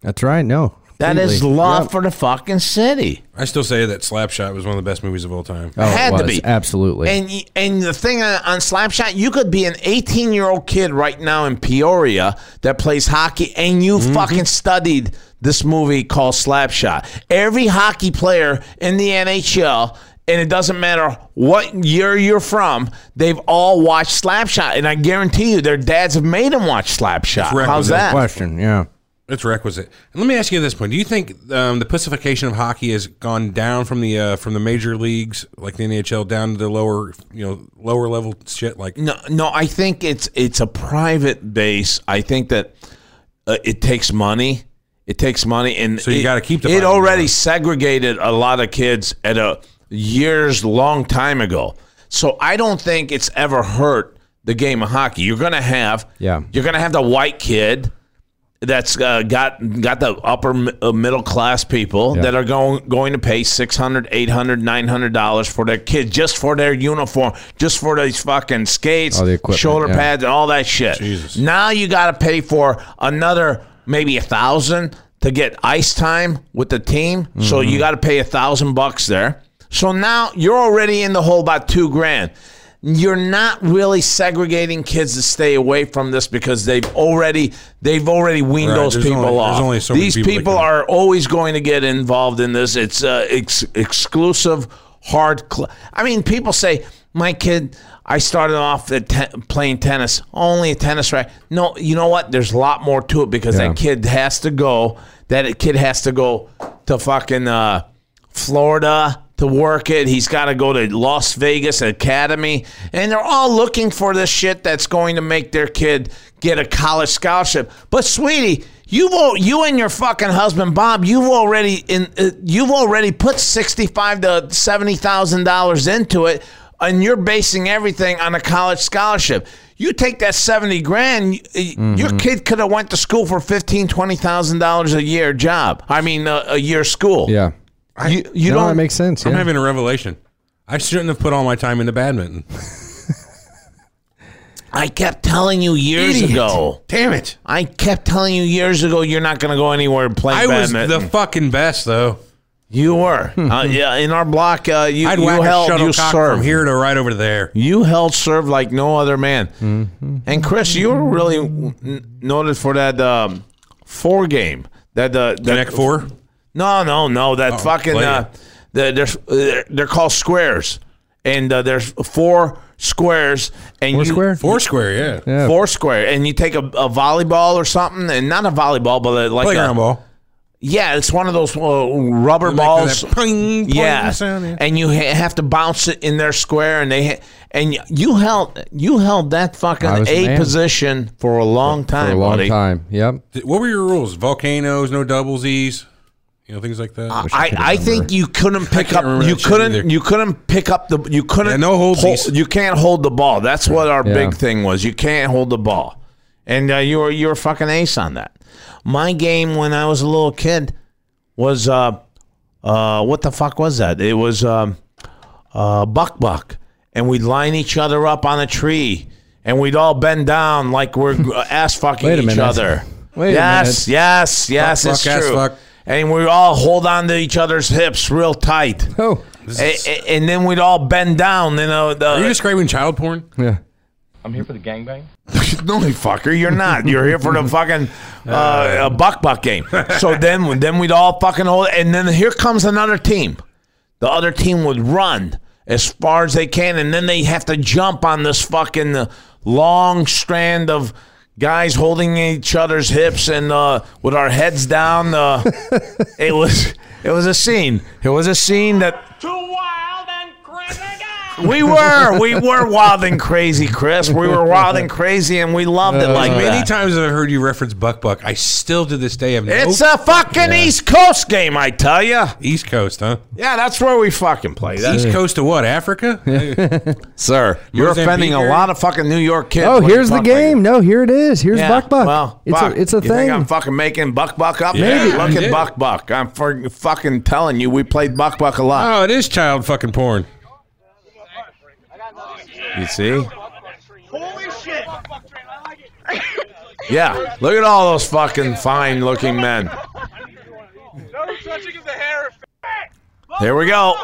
Speaker 6: That's right. No.
Speaker 3: That is
Speaker 6: Completely.
Speaker 3: love
Speaker 6: Yep.
Speaker 3: for the fucking city.
Speaker 4: I still say that Slapshot was one of the best movies of all time.
Speaker 6: Oh, it
Speaker 3: had to
Speaker 6: was,
Speaker 3: be.
Speaker 6: Absolutely.
Speaker 3: And y- and the thing on, on Slapshot, you could be an 18 year old kid right now in Peoria that plays hockey, and you fucking studied this movie called Slapshot. Every hockey player in the NHL. And it doesn't matter what year you're from, they've all watched Slapshot. And I guarantee you, their dads have made them watch Slapshot.
Speaker 4: requisite.
Speaker 3: How's that?
Speaker 6: Question. Yeah.
Speaker 4: It's requisite. And let me ask you this point: Do you think um, the pussification of hockey has gone down from the uh, from the major leagues, like the NHL, down to the lower you know lower level shit? Like
Speaker 3: No, no. I think it's it's a private base. I think that uh, it takes money. It takes money, and
Speaker 4: So you
Speaker 3: it-
Speaker 4: gotta keep the
Speaker 3: It
Speaker 4: private
Speaker 3: already
Speaker 4: base.
Speaker 3: segregated a lot of kids at a years long time ago. So I don't think it's ever hurt the game of hockey. You're gonna have
Speaker 6: Yeah.
Speaker 3: You're gonna have the white kid that's uh, got got the upper mi- uh, middle class people that are going going to pay 600 800 900 dollars for their kid just for their uniform just for these fucking skates
Speaker 6: All the equipment,
Speaker 3: shoulder
Speaker 6: yeah.
Speaker 3: pads and all that shit
Speaker 4: Jesus.
Speaker 3: now you got to pay for another maybe a thousand to get ice time with the team so
Speaker 4: Mm-hmm.
Speaker 3: you got to pay a thousand bucks there so now you're already in the hole about two grand you're not really segregating kids to stay away from this because they've already they've already weaned
Speaker 4: Right,
Speaker 3: those
Speaker 4: there's
Speaker 3: people
Speaker 4: only-
Speaker 3: off.
Speaker 4: there's only so many
Speaker 3: These
Speaker 4: people that
Speaker 3: people
Speaker 4: can-
Speaker 3: are always going to get involved in this. It's uh, ex- exclusive hard. Cl- I mean, people say my kid. I started off at te- playing tennis, only a tennis racket. No, you know what? There's a lot more to it because
Speaker 6: Yeah.
Speaker 3: that kid has to go. That kid has to go to fucking. Uh, Florida to work it. He's got to go to Las Vegas Academy. And they're all looking for this shit that's going to make their kid get a college scholarship. But sweetie, you've al- you and your fucking husband Bob, you've already in uh, you've already put 65 to $70,000 into it and you're basing everything on a college scholarship. You take that 70 grand, y- y-
Speaker 4: Mm-hmm.
Speaker 3: your kid could have went to school for 15 $20,000 a year job. I mean uh, a year school.
Speaker 6: Yeah.
Speaker 3: You, you
Speaker 6: no,
Speaker 3: don't
Speaker 6: that makes sense.
Speaker 4: I'm
Speaker 6: yeah.
Speaker 4: having a revelation. I shouldn't have put all my time into badminton.
Speaker 3: I kept telling you years ago.
Speaker 4: Damn it!
Speaker 3: I kept telling you years ago you're not going to go anywhere playing
Speaker 4: I was
Speaker 3: badminton.
Speaker 4: the fucking best though.
Speaker 3: you were. uh, yeah, in our block, uh, you,
Speaker 4: I'd
Speaker 3: you
Speaker 4: whack a
Speaker 3: held, you
Speaker 4: shuttlecock
Speaker 3: served.
Speaker 4: from here to right over there.
Speaker 3: You held serve like no other man.
Speaker 6: Mm-hmm.
Speaker 3: And Chris, you were really n- noted for that um, four game. That uh, that-
Speaker 4: Connect four. Oh,
Speaker 3: No, no, no. That fucking
Speaker 4: play
Speaker 3: uh,
Speaker 4: it.
Speaker 3: the, they're, they're they're called squares, and uh, there's four squares, and
Speaker 6: Four
Speaker 3: you,
Speaker 6: square.
Speaker 4: Four square, yeah.
Speaker 6: Yeah.
Speaker 3: four square, and you take a, a volleyball or something, and not a volleyball, but a, like a,
Speaker 4: Playground ball.
Speaker 3: Yeah, it's one of those uh, rubber
Speaker 4: They make
Speaker 3: balls.
Speaker 4: that ping, ping
Speaker 3: yeah.
Speaker 4: sound, yeah.
Speaker 3: and you ha- have to bounce it in their square, and they ha- and you held you held that
Speaker 6: I
Speaker 3: fucking
Speaker 6: was the
Speaker 3: eight
Speaker 6: man.
Speaker 3: position for a long time,
Speaker 6: For a long
Speaker 3: buddy.
Speaker 6: time. Yep.
Speaker 4: Th- What were your rules? Volcanoes, no doubles, E's, you know things like that.
Speaker 3: I, I think you couldn't pick
Speaker 4: can't
Speaker 3: up
Speaker 4: remember
Speaker 3: you
Speaker 4: that shit
Speaker 3: couldn't
Speaker 4: either.
Speaker 3: you couldn't pick up the you couldn't
Speaker 4: Yeah, no holdies.
Speaker 3: hold- you can't hold the ball. That's what our
Speaker 6: Yeah.
Speaker 3: big thing was. You can't hold the ball, and uh, you were you were fucking ace on that. My game when I was a little kid was uh uh what the fuck was that? It was um uh buck buck, and we'd line each other up on a tree, and we'd all bend down like we're ass fucking
Speaker 6: Wait a
Speaker 3: each
Speaker 6: minute.
Speaker 3: other.
Speaker 6: Wait a
Speaker 3: yes,
Speaker 6: minute.
Speaker 3: yes, yes,
Speaker 4: Buck,
Speaker 3: it's
Speaker 4: buck, ass
Speaker 3: true.
Speaker 4: fuck.
Speaker 3: and we all hold on to each other's hips real tight.
Speaker 6: Oh,
Speaker 3: A- a- and then we'd all bend down. You know, the,
Speaker 4: Are you describing child porn?
Speaker 6: yeah.
Speaker 11: I'm here for the gangbang.
Speaker 3: no, you fucker, you're not. You're here for the fucking uh, uh, buck buck game. So then, then we'd all fucking hold. And then here comes another team. The other team would run as far as they can, and then they have to jump on this fucking uh, long strand of guys holding each other's hips and uh, with our heads down. Uh, it was it was a scene. It was a scene that.
Speaker 10: Too wild and crazy guy.
Speaker 3: We were, we were wild and crazy, Chris. We were wild and crazy, and we loved it like
Speaker 4: Many
Speaker 3: that.
Speaker 4: times I've heard you reference Buck Buck. I still to this day have no
Speaker 3: It's a fucking East Coast game, I tell you.
Speaker 4: East Coast, huh?
Speaker 3: Yeah, that's where we fucking play. That's,
Speaker 4: East Coast to what? Africa?
Speaker 3: sir, you're
Speaker 4: Mozambique
Speaker 3: offending a
Speaker 4: area?
Speaker 3: lot of fucking New York kids.
Speaker 6: Oh,
Speaker 3: when you
Speaker 6: here's the
Speaker 3: talk like
Speaker 6: game.
Speaker 3: that.
Speaker 6: No, here it is. Here's
Speaker 3: Yeah,
Speaker 6: Buck Buck.
Speaker 3: Well,
Speaker 6: it's
Speaker 3: fuck.
Speaker 6: a it's a
Speaker 3: you
Speaker 6: thing.
Speaker 3: Think I'm fucking making Buck Buck up.
Speaker 4: Yeah,
Speaker 3: Yeah, look
Speaker 4: you
Speaker 3: at
Speaker 4: did.
Speaker 3: Buck Buck. I'm for, fucking telling you, we played Buck Buck a lot.
Speaker 4: oh, it is child fucking porn.
Speaker 3: You see?
Speaker 10: Holy shit.
Speaker 3: Yeah. Look at all those fucking fine looking men.
Speaker 10: No touching of the hair.
Speaker 3: Here we go.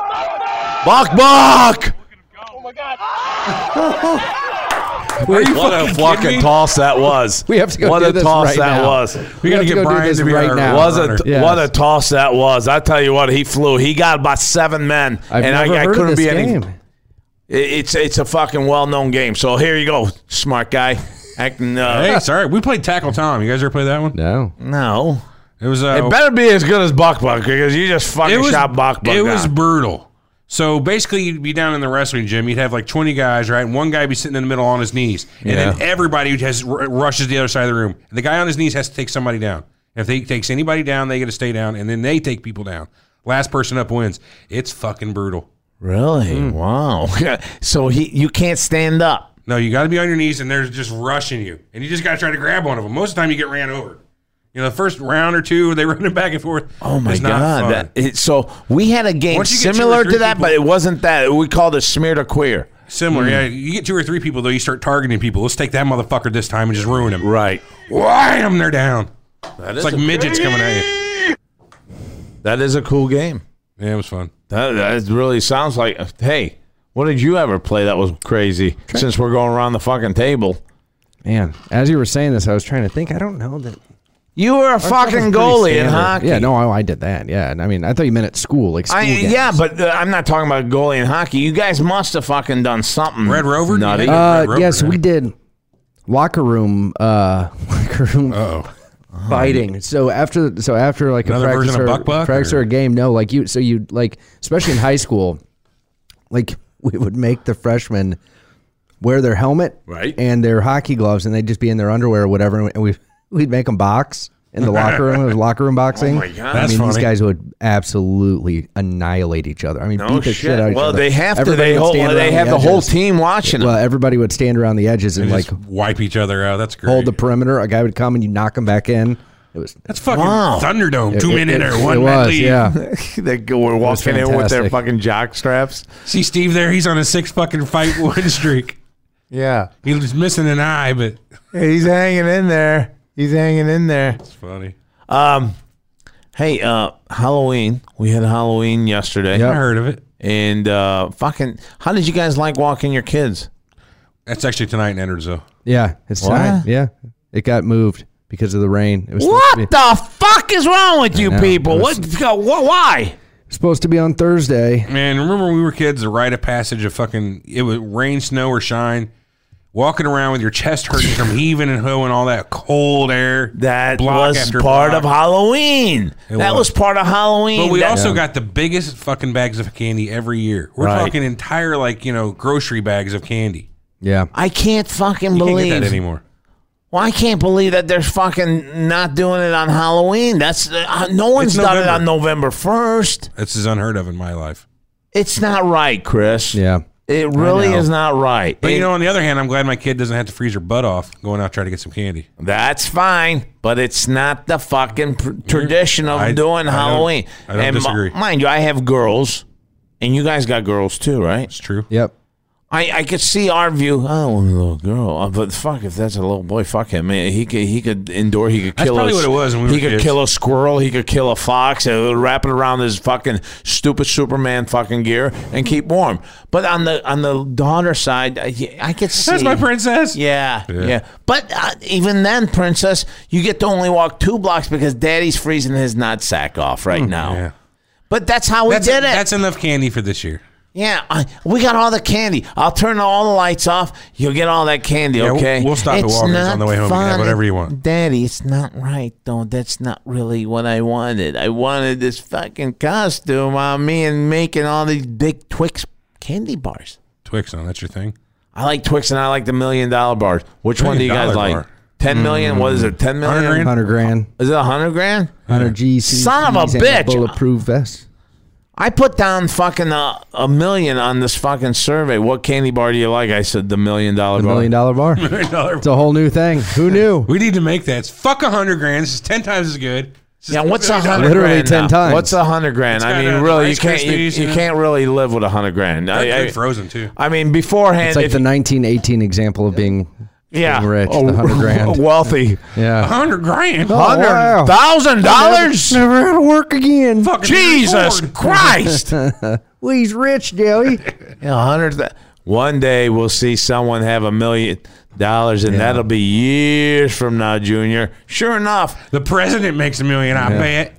Speaker 3: Buck Buck.
Speaker 10: Oh my god.
Speaker 4: Are you
Speaker 3: What a
Speaker 4: fucking kidding
Speaker 3: fucking
Speaker 4: me?
Speaker 3: toss that was.
Speaker 6: We have to go
Speaker 3: What
Speaker 6: do
Speaker 3: a
Speaker 6: this
Speaker 3: toss
Speaker 6: right
Speaker 3: that
Speaker 6: now.
Speaker 3: was.
Speaker 4: We gotta
Speaker 6: have to
Speaker 4: get
Speaker 6: go do
Speaker 4: Brian
Speaker 6: this
Speaker 4: to be
Speaker 6: right
Speaker 4: our
Speaker 6: now.
Speaker 3: Was
Speaker 4: runner.
Speaker 3: a
Speaker 6: Yes.
Speaker 3: what a toss that was! I tell you what, he flew. He got about seven men,
Speaker 6: I've
Speaker 3: and
Speaker 6: never
Speaker 3: I, I
Speaker 6: heard of
Speaker 3: couldn't
Speaker 6: this
Speaker 3: be
Speaker 6: game.
Speaker 3: any. It- It's it's a fucking well known game. So here you go, smart guy. Acting uh,
Speaker 4: Hey, sorry. We played Tackle Tom. You guys ever play that one?
Speaker 6: No.
Speaker 3: no,
Speaker 4: It was uh,
Speaker 3: it better be as good as Buck Buck because you just fucking shot Buck Buck.
Speaker 4: It was
Speaker 3: down.
Speaker 4: brutal. So basically, you'd be down in the wrestling gym. You'd have like twenty guys, right? And one guy would be sitting in the middle on his knees, and then everybody just r- rushes the other side of the room. And the guy on his knees has to take somebody down. If they takes anybody down, they get to stay down, and then they take people down. Last person up wins. It's fucking brutal.
Speaker 3: really wow. Mm. so he you can't stand up.
Speaker 4: No, you got to be on your knees, and they're just rushing you, and you just got to try to grab one of them. Most of the time, you get ran over. You know, the first round or two, they running back and forth.
Speaker 3: Oh my
Speaker 4: It's not
Speaker 3: god!
Speaker 4: fun.
Speaker 3: That, it, so we had a game
Speaker 4: Once you get two or
Speaker 3: similar to
Speaker 4: three
Speaker 3: that,
Speaker 4: people-
Speaker 3: but it wasn't that. We called it smear to queer.
Speaker 4: Similar, yeah. You get two or three people though, you start targeting people. Let's take that motherfucker this time and just ruin him.
Speaker 3: Right.
Speaker 4: Wham, they're down. It's like midgets coming at you.
Speaker 3: That is a cool game.
Speaker 4: Yeah, it was fun.
Speaker 3: That, that really sounds like. Hey, what did you ever play that was crazy? Since we're going around the fucking table,
Speaker 6: Man, as you were saying this, I was trying to think. I don't know that.
Speaker 3: you were a fucking
Speaker 6: Pretty
Speaker 3: goalie in
Speaker 6: standard.
Speaker 3: hockey.
Speaker 6: Yeah, no, I, I did that. Yeah, and I mean, I thought you meant at school, like school
Speaker 3: I,
Speaker 6: games.
Speaker 3: yeah, but uh, I'm not talking about goalie in hockey. You guys must have fucking done something.
Speaker 4: Red Rover?
Speaker 3: nutty.
Speaker 4: Yeah.
Speaker 6: Uh,
Speaker 4: Red Rover,
Speaker 6: yes,
Speaker 4: yeah.
Speaker 6: we did. Locker room, uh, locker room
Speaker 4: Oh,
Speaker 6: fighting. So after, so after like
Speaker 4: Another
Speaker 6: a practice
Speaker 4: version
Speaker 6: or
Speaker 4: of Buck Buck,
Speaker 6: practice
Speaker 4: or-
Speaker 6: or a game, no, like you, so you like, especially in high school, like we would make the freshmen wear their helmet
Speaker 3: Right.
Speaker 6: and their hockey gloves, and they'd just be in their underwear or whatever, and we we'd make them box in the locker room. It was locker room boxing. Oh my
Speaker 3: God.
Speaker 6: I
Speaker 4: That's
Speaker 6: mean, these
Speaker 4: funny.
Speaker 6: guys would absolutely annihilate each other. I mean,
Speaker 3: no
Speaker 6: beat the shit,
Speaker 3: Oh, shit.
Speaker 6: out of each
Speaker 3: well,
Speaker 6: other.
Speaker 3: they have to.
Speaker 6: Everybody
Speaker 3: They
Speaker 6: would
Speaker 3: whole,
Speaker 6: stand
Speaker 3: they
Speaker 6: around
Speaker 3: have the, whole
Speaker 6: edges.
Speaker 3: team watching
Speaker 6: Well,
Speaker 3: them.
Speaker 6: everybody would stand around the edges and like
Speaker 4: like wipe each other out. That's great.
Speaker 6: hold the perimeter. A guy would come and you knock him back in. It was
Speaker 4: That's fucking
Speaker 3: Wow.
Speaker 4: Thunderdome. Two
Speaker 6: it-
Speaker 4: men in
Speaker 6: it-
Speaker 4: there,
Speaker 6: it
Speaker 4: one man
Speaker 6: was,
Speaker 4: leave.
Speaker 6: Yeah,
Speaker 3: they go- were walking in with their
Speaker 6: fantastic.
Speaker 3: fucking jock straps.
Speaker 4: See Steve there? He's on a six fucking fight win streak.
Speaker 3: Yeah,
Speaker 4: He was missing an eye, but
Speaker 3: he's hanging in there. He's hanging in there.
Speaker 4: it's funny.
Speaker 3: Um, hey, uh, Halloween. We had Halloween yesterday,
Speaker 4: I heard of it.
Speaker 3: and uh, fucking, how did you guys like walking your kids?
Speaker 4: That's actually tonight in Enterzone.
Speaker 6: yeah. It's
Speaker 3: What?
Speaker 6: time. Yeah, it got moved because of the rain. It was
Speaker 3: What
Speaker 6: supposed to be,
Speaker 3: the fuck is wrong with you
Speaker 6: know.
Speaker 3: people? What,
Speaker 6: Listen.
Speaker 3: what? Why?
Speaker 6: supposed to be on Thursday.
Speaker 4: Man, remember when we were kids, the rite of passage of fucking it was rain, snow, or shine. Walking around with your chest hurting from heaving and hoeing all that cold air.
Speaker 3: That
Speaker 4: block
Speaker 3: was
Speaker 4: after
Speaker 3: part
Speaker 4: block.
Speaker 3: of Halloween.
Speaker 4: It
Speaker 3: that was.
Speaker 4: was.
Speaker 3: part of Halloween.
Speaker 4: But we
Speaker 3: That-
Speaker 4: also got the biggest fucking bags of candy every year. We're
Speaker 3: Right.
Speaker 4: talking entire like you know grocery bags of candy.
Speaker 6: Yeah,
Speaker 3: I can't fucking
Speaker 4: You can't
Speaker 3: believe.
Speaker 4: get that anymore.
Speaker 3: Well, I can't believe that they're fucking not doing it on Halloween. That's uh, no one's done it
Speaker 4: November.
Speaker 3: on November first.
Speaker 4: This is unheard of in my life.
Speaker 3: It's not right, Chris.
Speaker 6: yeah.
Speaker 3: It really
Speaker 6: know.
Speaker 3: is not right.
Speaker 4: But
Speaker 3: It-
Speaker 4: you know, on the other hand, I'm glad my kid doesn't have to freeze her butt off going out trying to get some candy.
Speaker 3: That's fine, but it's not the fucking pr- tradition of
Speaker 4: I-
Speaker 3: doing
Speaker 4: I don't-
Speaker 3: Halloween.
Speaker 4: I don't
Speaker 3: and mi-
Speaker 4: disagree.
Speaker 3: mind you, I have girls, and you guys got girls too, right?
Speaker 4: It's true.
Speaker 6: Yep.
Speaker 3: I, I could see our view. I don't want a little girl, Uh, but fuck if that's a little boy, fuck him. Man, He could he could endure. He could
Speaker 4: That's
Speaker 3: kill.
Speaker 4: probably
Speaker 3: a,
Speaker 4: what it was when we
Speaker 3: he
Speaker 4: were
Speaker 3: could
Speaker 4: kids.
Speaker 3: kill a squirrel. He could kill a fox and it would wrap it around his fucking stupid Superman fucking gear and keep warm. But on the on the daughter side, I, I could see
Speaker 4: That's my princess.
Speaker 3: yeah, yeah. But uh, even then, princess, you get to only walk two blocks because daddy's freezing his nutsack off right now.
Speaker 4: Hmm. yeah.
Speaker 3: But that's how we
Speaker 4: That's,
Speaker 3: did it.
Speaker 4: that's enough candy for this year.
Speaker 3: yeah, I, we got all the candy. I'll turn all the lights off. You'll get all that candy,
Speaker 4: Yeah, we'll-
Speaker 3: okay?
Speaker 4: we'll stop at
Speaker 3: It's
Speaker 4: Walgreens on
Speaker 3: not
Speaker 4: the way home. You can have
Speaker 3: fun.
Speaker 4: whatever you want.
Speaker 3: Daddy, it's not right, though. That's not really what I wanted. I wanted this fucking costume on me and making all these big Twix candy bars.
Speaker 4: Twix on, that's your thing.
Speaker 3: I like Twix and I like the million dollar bars. Which one do you
Speaker 4: Million
Speaker 3: guys
Speaker 4: dollar
Speaker 3: like?
Speaker 4: bar.
Speaker 3: Ten million? What is it? Ten million?
Speaker 4: 100 grand?
Speaker 6: Hundred grand,
Speaker 3: Is it a hundred grand?
Speaker 6: hundred G.
Speaker 3: Son of a bitch.
Speaker 6: Bulletproof vest.
Speaker 3: I put down fucking a, a million on this fucking survey. What candy bar do you like? I said the million dollar
Speaker 6: The
Speaker 3: bar.
Speaker 6: million dollar bar. It's a whole new thing. Who knew?
Speaker 4: We need to make that. It's fuck a hundred grand. This is ten times as good. This is
Speaker 3: Yeah, what's a
Speaker 4: $1
Speaker 3: hundred?
Speaker 6: Literally
Speaker 3: grand
Speaker 6: 10
Speaker 3: now?
Speaker 6: times.
Speaker 3: What's a hundred grand?
Speaker 4: It's
Speaker 3: I
Speaker 4: got,
Speaker 3: mean,
Speaker 4: uh,
Speaker 3: really, you
Speaker 4: Rice
Speaker 3: can't you,
Speaker 4: Krispies in
Speaker 3: you
Speaker 4: it.
Speaker 3: can't really live with a hundred grand.
Speaker 4: They're
Speaker 3: I,
Speaker 4: good
Speaker 3: I,
Speaker 4: frozen too.
Speaker 3: I mean, beforehand,
Speaker 6: It's like
Speaker 3: if
Speaker 6: the
Speaker 3: you-
Speaker 6: 1918 example of being
Speaker 3: yeah, Oh,
Speaker 6: being rich, the 100 grand.
Speaker 3: wealthy,
Speaker 4: A
Speaker 6: yeah. Oh,
Speaker 4: hundred grand.
Speaker 6: wow.
Speaker 3: hundred thousand dollars.
Speaker 6: Never had to work again.
Speaker 4: Fucking
Speaker 3: Jesus
Speaker 4: Ford.
Speaker 3: Christ!
Speaker 6: Well, he's rich, Joey.
Speaker 3: Yeah, a hundred. Th- one day we'll see someone have a million dollars, and that'll be years from now, Junior. Sure enough,
Speaker 4: The president makes a million. I bet.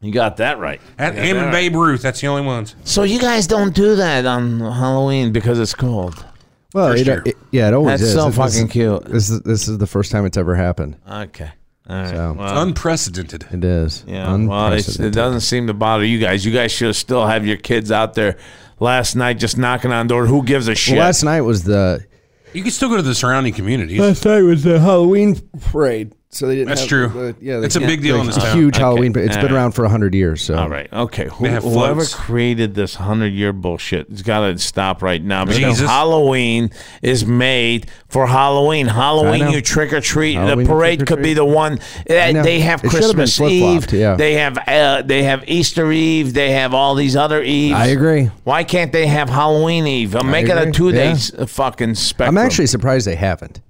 Speaker 3: you got that right.
Speaker 4: That, him and Babe Ruth. That's the only ones.
Speaker 3: So you guys don't do that on Halloween because it's cold.
Speaker 6: Well,
Speaker 4: First
Speaker 6: it,
Speaker 4: year.
Speaker 6: it- yeah, it always
Speaker 3: That's
Speaker 6: is.
Speaker 3: so
Speaker 6: This
Speaker 3: fucking
Speaker 6: is-
Speaker 3: cute.
Speaker 6: This is this is the first time it's ever happened.
Speaker 3: Okay. All right.
Speaker 6: So
Speaker 4: Unprecedented.
Speaker 6: it is.
Speaker 3: Yeah, well, it's, it
Speaker 6: Unprecedented.
Speaker 3: doesn't seem to bother you guys. You guys should still have your kids out there last night just knocking on doors. Who gives a shit?
Speaker 6: Well, last night was the
Speaker 4: You can still go to the surrounding communities.
Speaker 6: last night was the Halloween parade, so they didn't.
Speaker 4: That's have true. the- yeah, they- It's a big deal in this town.
Speaker 6: Huge Halloween.
Speaker 3: Okay.
Speaker 6: parade. It's
Speaker 3: All
Speaker 6: been
Speaker 3: right.
Speaker 6: around for hundred years. So
Speaker 3: All right. Okay. Who,
Speaker 4: have
Speaker 3: whoever
Speaker 4: floats.
Speaker 3: created this hundred year bullshit has got to stop right now because
Speaker 4: Jesus.
Speaker 3: Halloween is made for Halloween.
Speaker 6: I
Speaker 3: Halloween,
Speaker 6: know.
Speaker 3: you trick or treat. The
Speaker 6: Halloween,
Speaker 3: parade
Speaker 6: trick or
Speaker 3: could be
Speaker 6: treat.
Speaker 3: the one that
Speaker 6: know.
Speaker 3: they have
Speaker 6: It should have been
Speaker 3: Christmas Eve.
Speaker 6: flip-flopped, yeah.
Speaker 3: They have uh, they have Easter Eve. They have all these other Eves.
Speaker 6: I agree.
Speaker 3: Why can't they have Halloween Eve? I'm making a
Speaker 6: agree.
Speaker 3: two day
Speaker 6: Yeah.
Speaker 3: fucking spectrum.
Speaker 6: I'm actually surprised they haven't.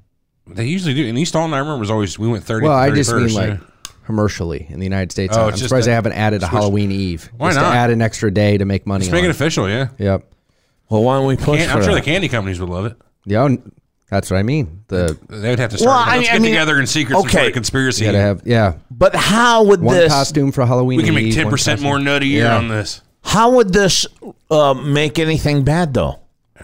Speaker 4: They usually do. In East Alton, I remember was always we went thirty.
Speaker 6: Well, I
Speaker 4: 31st,
Speaker 6: just mean like
Speaker 4: yeah.
Speaker 6: commercially in the United States.
Speaker 4: Oh,
Speaker 6: I'm
Speaker 4: it's just
Speaker 6: surprised
Speaker 4: a-
Speaker 6: they haven't added a Halloween Eve.
Speaker 4: Why
Speaker 6: just
Speaker 4: not?
Speaker 6: To add an extra day to make money.
Speaker 4: Just make
Speaker 6: on
Speaker 4: it official. Yeah,
Speaker 6: Yep.
Speaker 3: Well, why don't we push
Speaker 4: Can-
Speaker 3: for
Speaker 4: I'm sure the
Speaker 3: that?
Speaker 4: candy companies would love it.
Speaker 6: Yeah, n- that's what I mean. The
Speaker 4: They would have to start.
Speaker 3: Well,
Speaker 4: let's
Speaker 3: I-
Speaker 4: get
Speaker 3: I mean-
Speaker 4: together in secret. some
Speaker 3: okay.
Speaker 4: sort of conspiracy.
Speaker 6: you gotta have yeah
Speaker 3: But how would
Speaker 6: one
Speaker 3: this?
Speaker 6: costume for Halloween.
Speaker 4: we can make
Speaker 6: Eve, one
Speaker 4: ten percent
Speaker 6: costume-
Speaker 4: more nut a year
Speaker 6: Yeah.
Speaker 4: on this.
Speaker 3: How would this uh, make anything bad though?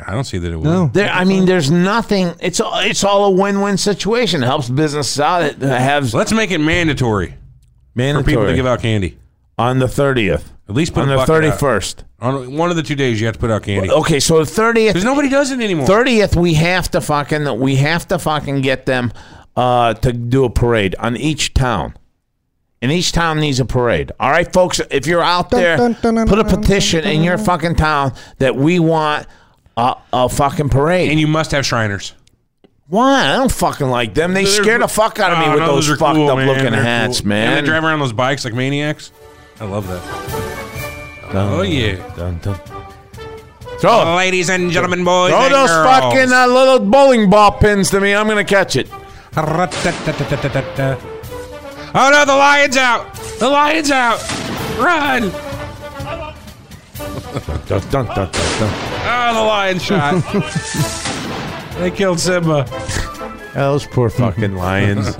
Speaker 4: I don't see that it would.
Speaker 6: No.
Speaker 3: There, I mean, there's nothing. It's all, it's all a win-win situation. It helps business out. It has
Speaker 4: Let's make it mandatory for people to give out candy.
Speaker 3: on the thirtieth,
Speaker 4: At least put
Speaker 3: on
Speaker 4: a
Speaker 3: the
Speaker 4: bucket out.
Speaker 3: thirty-first.
Speaker 4: On one of the two days, you have to put out candy
Speaker 3: Okay, so the
Speaker 4: because
Speaker 3: thirtieth,
Speaker 4: nobody does it anymore.
Speaker 3: thirtieth, we have to fucking we have to fucking get them uh, to do a parade on each town. And each town needs a parade. All right, folks, if you're out there,
Speaker 5: dun, dun, dun,
Speaker 3: put a
Speaker 5: dun,
Speaker 3: petition in your fucking town that we want a, a fucking parade.
Speaker 4: and you must have Shriners.
Speaker 3: Why? I don't fucking like them. They
Speaker 4: They're-
Speaker 3: scare the fuck out of me
Speaker 4: Oh,
Speaker 3: with
Speaker 4: no,
Speaker 3: those
Speaker 4: are
Speaker 3: fucked
Speaker 4: cool,
Speaker 3: up
Speaker 4: man.
Speaker 3: looking
Speaker 4: They're
Speaker 3: hats,
Speaker 4: cool.
Speaker 3: man.
Speaker 4: And they drive around those bikes like maniacs. I love that. oh yeah,
Speaker 3: Throw, it.
Speaker 4: ladies and gentlemen, boys
Speaker 3: throw
Speaker 4: and
Speaker 3: those fucking uh, little bowling ball pins to me. I'm gonna catch it.
Speaker 4: girls. Oh no, the lion's out! The lion's out! Run!
Speaker 3: Dun, dun, dun, dun, dun.
Speaker 4: Oh, the lion shot. they killed Simba.
Speaker 3: Those poor fucking lions.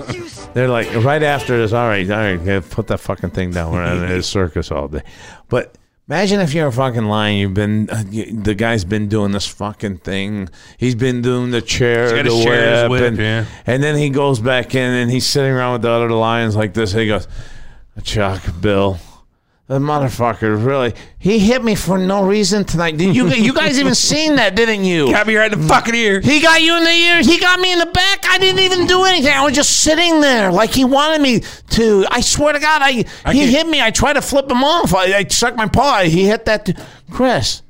Speaker 3: They're like right after this. All right, all right, yeah, put that fucking thing down. We're in a circus all day. But imagine if you're a fucking lion. You've been uh, you, the guy's been doing this fucking thing. He's been doing the chair,
Speaker 4: got
Speaker 3: the
Speaker 4: his chair, his
Speaker 3: whip,
Speaker 4: whip,
Speaker 3: and,
Speaker 4: yeah.
Speaker 3: and then he goes back in and he's sitting around with the other lions like this. He goes, Chuck, Bill. The motherfucker, really. He hit me for no reason tonight. Did you you guys even seen that, didn't you?
Speaker 4: Got me right in the fucking ear.
Speaker 3: He got you in the ear. He got me in the back. I didn't even do anything. I was just sitting there like he wanted me to. I swear to God, I,
Speaker 4: I
Speaker 3: he
Speaker 4: can't-
Speaker 3: hit me. I tried to flip him off. I, I sucked my paw. He hit that. T- Chris,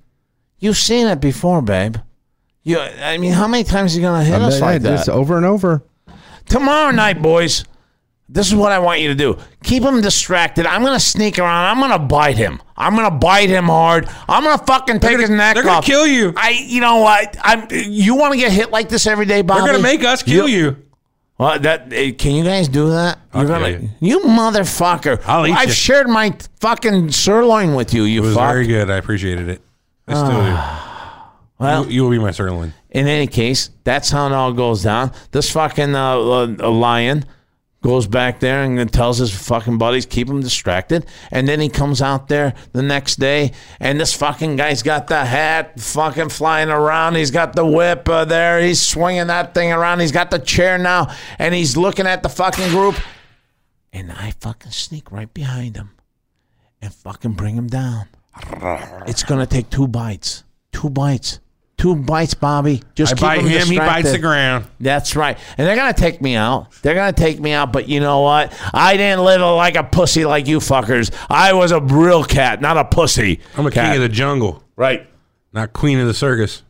Speaker 3: you've seen it before, babe. You, I mean, how many times are you gonna hit
Speaker 6: Yeah,
Speaker 3: us like
Speaker 6: just
Speaker 3: that?
Speaker 6: over and over.
Speaker 3: Tomorrow night, boys. This is what I want you to do. Keep him distracted. I'm gonna sneak around. I'm gonna bite him. I'm gonna bite him hard. I'm gonna fucking take
Speaker 4: gonna-
Speaker 3: his neck
Speaker 4: they're gonna
Speaker 3: off.
Speaker 4: kill you.
Speaker 3: I, you know what? I'm. You want to get hit like this every day, Bobby?
Speaker 4: They're gonna make us kill
Speaker 3: You-
Speaker 4: you.
Speaker 3: Well, that eh, can you guys do that? You're
Speaker 4: I'll
Speaker 3: gonna,
Speaker 4: kill you.
Speaker 3: motherfucker!
Speaker 4: I'll eat
Speaker 3: have
Speaker 4: you.
Speaker 3: shared my fucking sirloin with you. You
Speaker 4: It was
Speaker 3: fuck.
Speaker 4: very good. I appreciated it. I still do.
Speaker 3: well-
Speaker 4: you, you will be my sirloin.
Speaker 3: In any case, that's how it all goes down. This fucking uh, uh, lion goes back there and tells his fucking buddies keep him distracted, and then he comes out there the next day, and this fucking guy's got the hat fucking flying around. He's got the whip uh, there. He's swinging that thing around. He's got the chair now, and he's looking at the fucking group, and I fucking sneak right behind him and fucking bring him down. It's gonna take two bites. Two bites. Two bites, Bobby. Just
Speaker 4: I
Speaker 3: keep
Speaker 4: bite him. He
Speaker 3: distracted.
Speaker 4: bites the ground.
Speaker 3: That's right. And they're gonna take me out. They're gonna take me out. But you know what? I didn't live like a pussy like you fuckers. I was a real cat, not a pussy.
Speaker 4: I'm a
Speaker 3: cat.
Speaker 4: king of the jungle,
Speaker 3: right.
Speaker 4: not queen of the circus.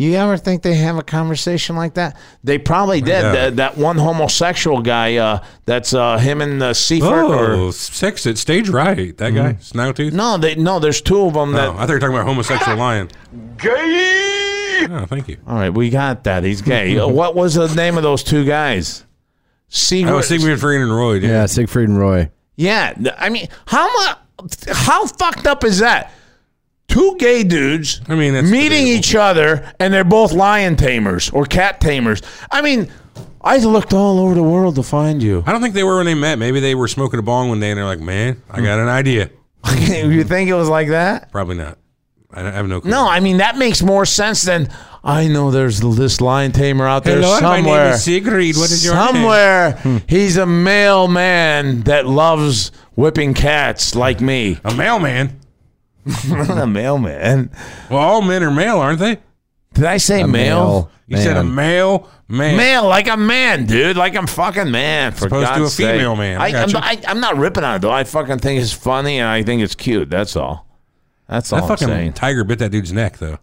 Speaker 3: You ever think they have a conversation like that? They probably did.
Speaker 4: Yeah.
Speaker 3: That, that one homosexual guy. Uh, that's uh, him and the Seaford.
Speaker 4: Oh,
Speaker 3: Or,
Speaker 4: six at stage right. That guy, Snowtooth.
Speaker 3: Mm-hmm. no, they no. There's two of them. That
Speaker 4: Oh, I thought you were talking about homosexual lion. Gay. Oh, thank you.
Speaker 3: All right, we got that. He's gay. Uh, what was the name of those two guys? Siegfried.
Speaker 4: Oh, Sigmund Freud and Roy. Dude.
Speaker 6: Yeah, Siegfried and Roy.
Speaker 3: Yeah, th- I mean, how mu- How fucked up is that? Two gay dudes.
Speaker 4: I mean, that's
Speaker 3: meeting
Speaker 4: debatable.
Speaker 3: each other, and they're both lion tamers or cat tamers. I mean, I looked all over the world to find you.
Speaker 4: I don't think they were when they met. Maybe they were smoking a bong one day and they're like, "Man, I got an idea."
Speaker 3: you think it was like that?
Speaker 4: Probably not. I don't- I have no. Clue.
Speaker 3: No, I mean that makes more sense than I know. There's this lion tamer out there
Speaker 4: Hello, my name
Speaker 3: somewhere.
Speaker 4: is Hmm. Sigrid. What is your name?
Speaker 3: somewhere? He's a male man that loves whipping cats like me.
Speaker 4: a mailman.
Speaker 3: a male man.
Speaker 4: Well, all men are male, aren't they?
Speaker 3: Did I say male?
Speaker 4: You said a male man.
Speaker 3: Male, like a man, dude, like I'm fucking man. For
Speaker 4: opposed to
Speaker 3: God's
Speaker 4: a
Speaker 3: sake.
Speaker 4: female man. I
Speaker 3: I, I'm,
Speaker 4: gotcha.
Speaker 3: I, I'm not ripping on it though. I fucking think it's funny and I think it's cute. That's all. That's all
Speaker 4: That
Speaker 3: I'm
Speaker 4: fucking
Speaker 3: saying.
Speaker 4: tiger bit that dude's neck though.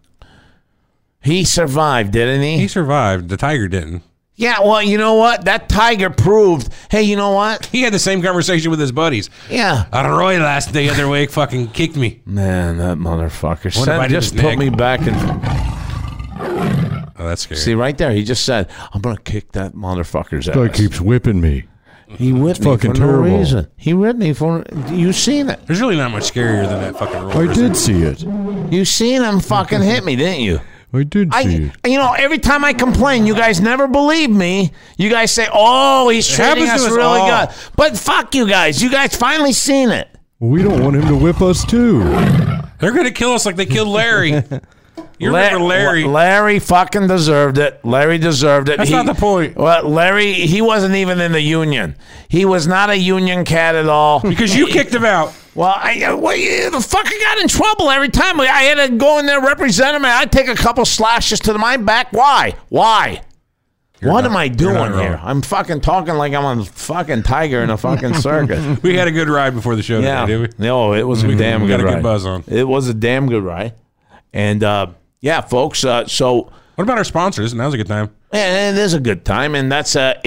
Speaker 3: He survived, didn't
Speaker 4: He survived. The tiger didn't.
Speaker 3: Yeah. Well, you know what? That tiger proved. Hey, you know what?
Speaker 4: He had the same conversation with his buddies.
Speaker 3: Yeah.
Speaker 4: Uh, Roy last the other week fucking kicked me.
Speaker 3: Man, that motherfucker.
Speaker 4: Wonder if I
Speaker 3: Send,
Speaker 4: did
Speaker 3: just
Speaker 4: his
Speaker 3: put
Speaker 4: neck.
Speaker 3: me back and
Speaker 4: Oh, that's scary.
Speaker 3: see right there. He just said, "I'm gonna kick that motherfucker's
Speaker 11: Guy
Speaker 3: ass."
Speaker 11: keeps whipping me.
Speaker 3: He whipped me
Speaker 11: fucking
Speaker 3: for no
Speaker 11: terrible.
Speaker 3: reason. He whipped me for you seen it.
Speaker 4: There's really not much scarier than that fucking roller.
Speaker 11: I did see it.
Speaker 3: You seen him fucking hit me, didn't you?
Speaker 11: I did
Speaker 3: I,
Speaker 11: see it.
Speaker 3: you know, every time I complain, you guys never believe me. You guys say, "Oh, he's treating
Speaker 4: happens to
Speaker 3: us
Speaker 4: us
Speaker 3: really
Speaker 4: all.
Speaker 3: good," but fuck you guys. You guys finally seen it.
Speaker 11: We don't want him to whip us too.
Speaker 4: They're gonna kill us like they killed Larry. You
Speaker 3: La-
Speaker 4: remember Larry?
Speaker 3: La- Larry fucking deserved it. Larry deserved it.
Speaker 4: That's not the point.
Speaker 3: Well, Larry, he wasn't even in the union. He was not a union cat at all.
Speaker 4: because you kicked him out.
Speaker 3: well, I, I- well, you- the fucker got in trouble every time. I had to go in there, represent him, and I'd take a couple slashes to the, my back. Why? Why? what
Speaker 4: not-
Speaker 3: am I
Speaker 4: you're not
Speaker 3: doing
Speaker 4: wrong.
Speaker 3: here? I'm fucking talking like I'm a fucking tiger in a fucking circus.
Speaker 4: We had a good ride before the show
Speaker 3: yeah.
Speaker 4: today, did we?
Speaker 3: No, it was a damn
Speaker 4: we got
Speaker 3: good
Speaker 4: a good
Speaker 3: ride.
Speaker 4: buzz on.
Speaker 3: It was a damn good ride. And uh, yeah, folks, uh, so.
Speaker 4: What about our sponsors? And that was a good time.
Speaker 3: And it is a good time, and that's uh,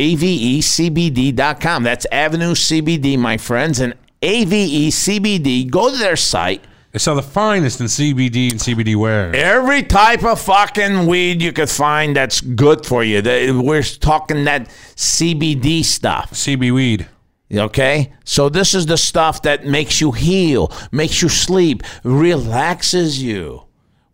Speaker 3: avecbd.com. That's Avenue CBD, my friends, and E AVECBD. Go to their site.
Speaker 4: They sell the finest in CBD and CBD wear.
Speaker 3: Every type of fucking weed you could find that's good for you. They- We're talking that CBD stuff.
Speaker 4: CB weed.
Speaker 3: Okay? So this is the stuff that makes you heal, makes you sleep, relaxes you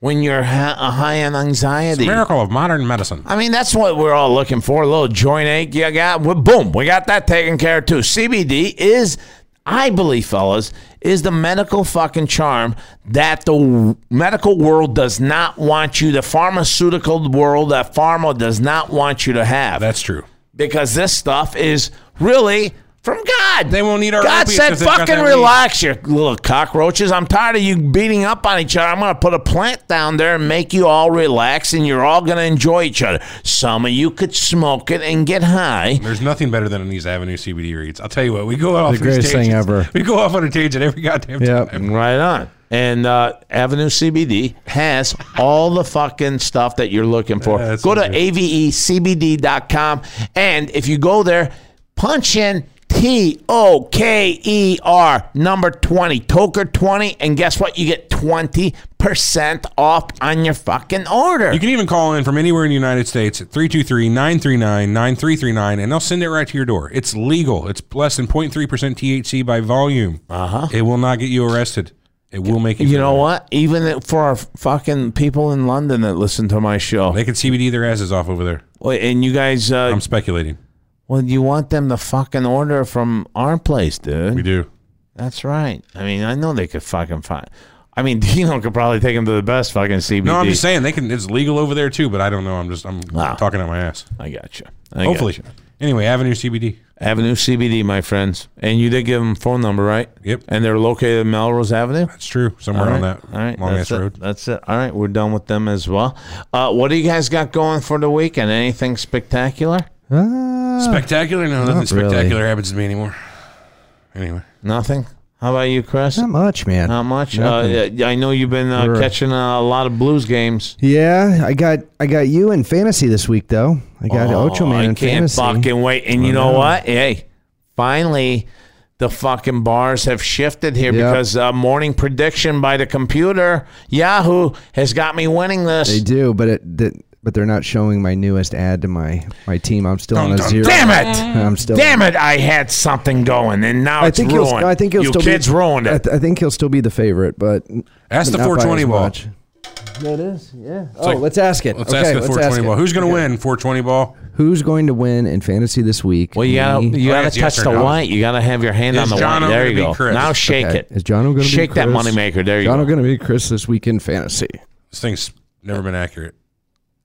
Speaker 3: when you're ha- uh, high on anxiety.
Speaker 4: Miracle of modern medicine.
Speaker 3: I mean, that's what we're all looking for. A little joint ache you got. Well, boom, we got that taken care of too. CBD is, I believe, fellas, is the medical fucking charm that the w- medical world does not want you, the pharmaceutical world, that pharma does not want you to have.
Speaker 4: That's true.
Speaker 3: because this stuff is really from God.
Speaker 4: They won't need our
Speaker 3: God
Speaker 4: opiates
Speaker 3: said,
Speaker 4: if they've got
Speaker 3: "Fucking
Speaker 4: that
Speaker 3: relax, you little cockroaches. I'm tired of you beating up on each other. I'm gonna put a plant down there and make you all relax, and you're all gonna enjoy each other. Some of you could smoke it and get high.
Speaker 4: There's nothing better than these Avenue CBD reads. I'll tell you what, we go off
Speaker 6: The greatest thing ever.
Speaker 4: We go off on a tangent every goddamn
Speaker 6: Yeah.
Speaker 4: time.
Speaker 3: Right on." And uh, Avenue CBD has all the fucking stuff that you're looking for.
Speaker 4: That's
Speaker 3: go to E
Speaker 4: amazing.
Speaker 3: avecbd.com. And if you go there, punch in T O K E R number 20, Toker 20. And guess what? You get 20% off on your fucking order.
Speaker 4: You can even call in from anywhere in the United States at 323-939-9339 and they'll send it right to your door. It's legal. It's less than 0.3% THC by volume. Uh-huh. It will not get you arrested. It will make you
Speaker 3: You
Speaker 4: feel
Speaker 3: know
Speaker 4: better.
Speaker 3: what? Even for our fucking people in London that listen to my show,
Speaker 4: They can CBD their asses off over there.
Speaker 3: Well, and you guys, uh,
Speaker 4: I'm speculating.
Speaker 3: well, you want them to fucking order from our place,
Speaker 4: We
Speaker 3: dude.
Speaker 4: do.
Speaker 3: That's right. I mean, I know they could fucking find. I mean, Dino could probably take them to the best fucking CBD.
Speaker 4: No, I'm just saying they can it's legal over there too, but I don't know. I'm just I'm
Speaker 3: Ah.
Speaker 4: talking out my ass.
Speaker 3: I got you. I got
Speaker 4: Hopefully.
Speaker 3: you.
Speaker 4: Anyway, Avenue CBD.
Speaker 3: Avenue CBD, my friends, and you did give them phone number, right?
Speaker 4: Yep.
Speaker 3: And they're located in Melrose Avenue.
Speaker 4: It's true. Somewhere on that
Speaker 3: All right.
Speaker 4: long
Speaker 3: that's
Speaker 4: ass
Speaker 3: it.
Speaker 4: road.
Speaker 3: That's it. All right. We're done with them as well. Uh, what do you guys got going for the weekend? Anything spectacular? Ah.
Speaker 4: Spectacular? No, nothing
Speaker 6: Not really.
Speaker 4: spectacular happens to me anymore. Anyway.
Speaker 3: Nothing. How about you, Chris?
Speaker 6: Not much, man.
Speaker 3: Not much. Uh,
Speaker 6: Nothing.
Speaker 3: I know you've been uh,
Speaker 6: Sure.
Speaker 3: catching uh, a lot of Blues games.
Speaker 6: Yeah, I got I got you in fantasy this week though. I got Ocho Man
Speaker 3: I
Speaker 6: in
Speaker 3: can't
Speaker 6: fantasy.
Speaker 3: fucking wait. And you know what? Hey, finally, the fucking bars have shifted here
Speaker 6: Yep.
Speaker 3: because uh, morning prediction by the computer Yahoo has got me winning this.
Speaker 6: They do, but it th- but they're not showing my newest ad to my my team. I'm still on a zero.
Speaker 3: Damn it!
Speaker 6: I'm still.
Speaker 3: Damn it! I had something going, and now
Speaker 6: I
Speaker 3: it's
Speaker 6: think he'll.
Speaker 3: ruined.
Speaker 6: I think he'll
Speaker 3: you
Speaker 6: still
Speaker 3: kids
Speaker 6: be,
Speaker 3: ruined
Speaker 6: I,
Speaker 3: it.
Speaker 6: th- I think he'll still be the favorite, but
Speaker 4: Ask the
Speaker 6: not by
Speaker 4: 420
Speaker 6: as
Speaker 4: ball.
Speaker 6: much. That is, yeah. oh,
Speaker 4: like-
Speaker 6: let's ask it.
Speaker 4: Let's
Speaker 6: okay,
Speaker 4: ask the
Speaker 6: let's
Speaker 4: 420
Speaker 6: ask it.
Speaker 4: ball. Who's going to win 420 ball?
Speaker 6: Who's going to win in fantasy this week?
Speaker 3: Well, you gotta,
Speaker 6: Me?
Speaker 3: you
Speaker 4: Oh,
Speaker 3: gotta
Speaker 4: yes,
Speaker 3: touch
Speaker 4: yes or
Speaker 3: the
Speaker 4: no.
Speaker 3: white. You gotta have your hand
Speaker 4: Is
Speaker 3: on the
Speaker 4: Jono
Speaker 3: white. There
Speaker 4: gonna
Speaker 3: you
Speaker 4: be
Speaker 3: go.
Speaker 4: Chris?
Speaker 3: Now shake
Speaker 6: Okay,
Speaker 3: it.
Speaker 6: Is Jono going to
Speaker 3: Shake that moneymaker. There you
Speaker 6: Jono
Speaker 3: go.
Speaker 6: going to be Chris this week in fantasy.
Speaker 4: This thing's never been accurate.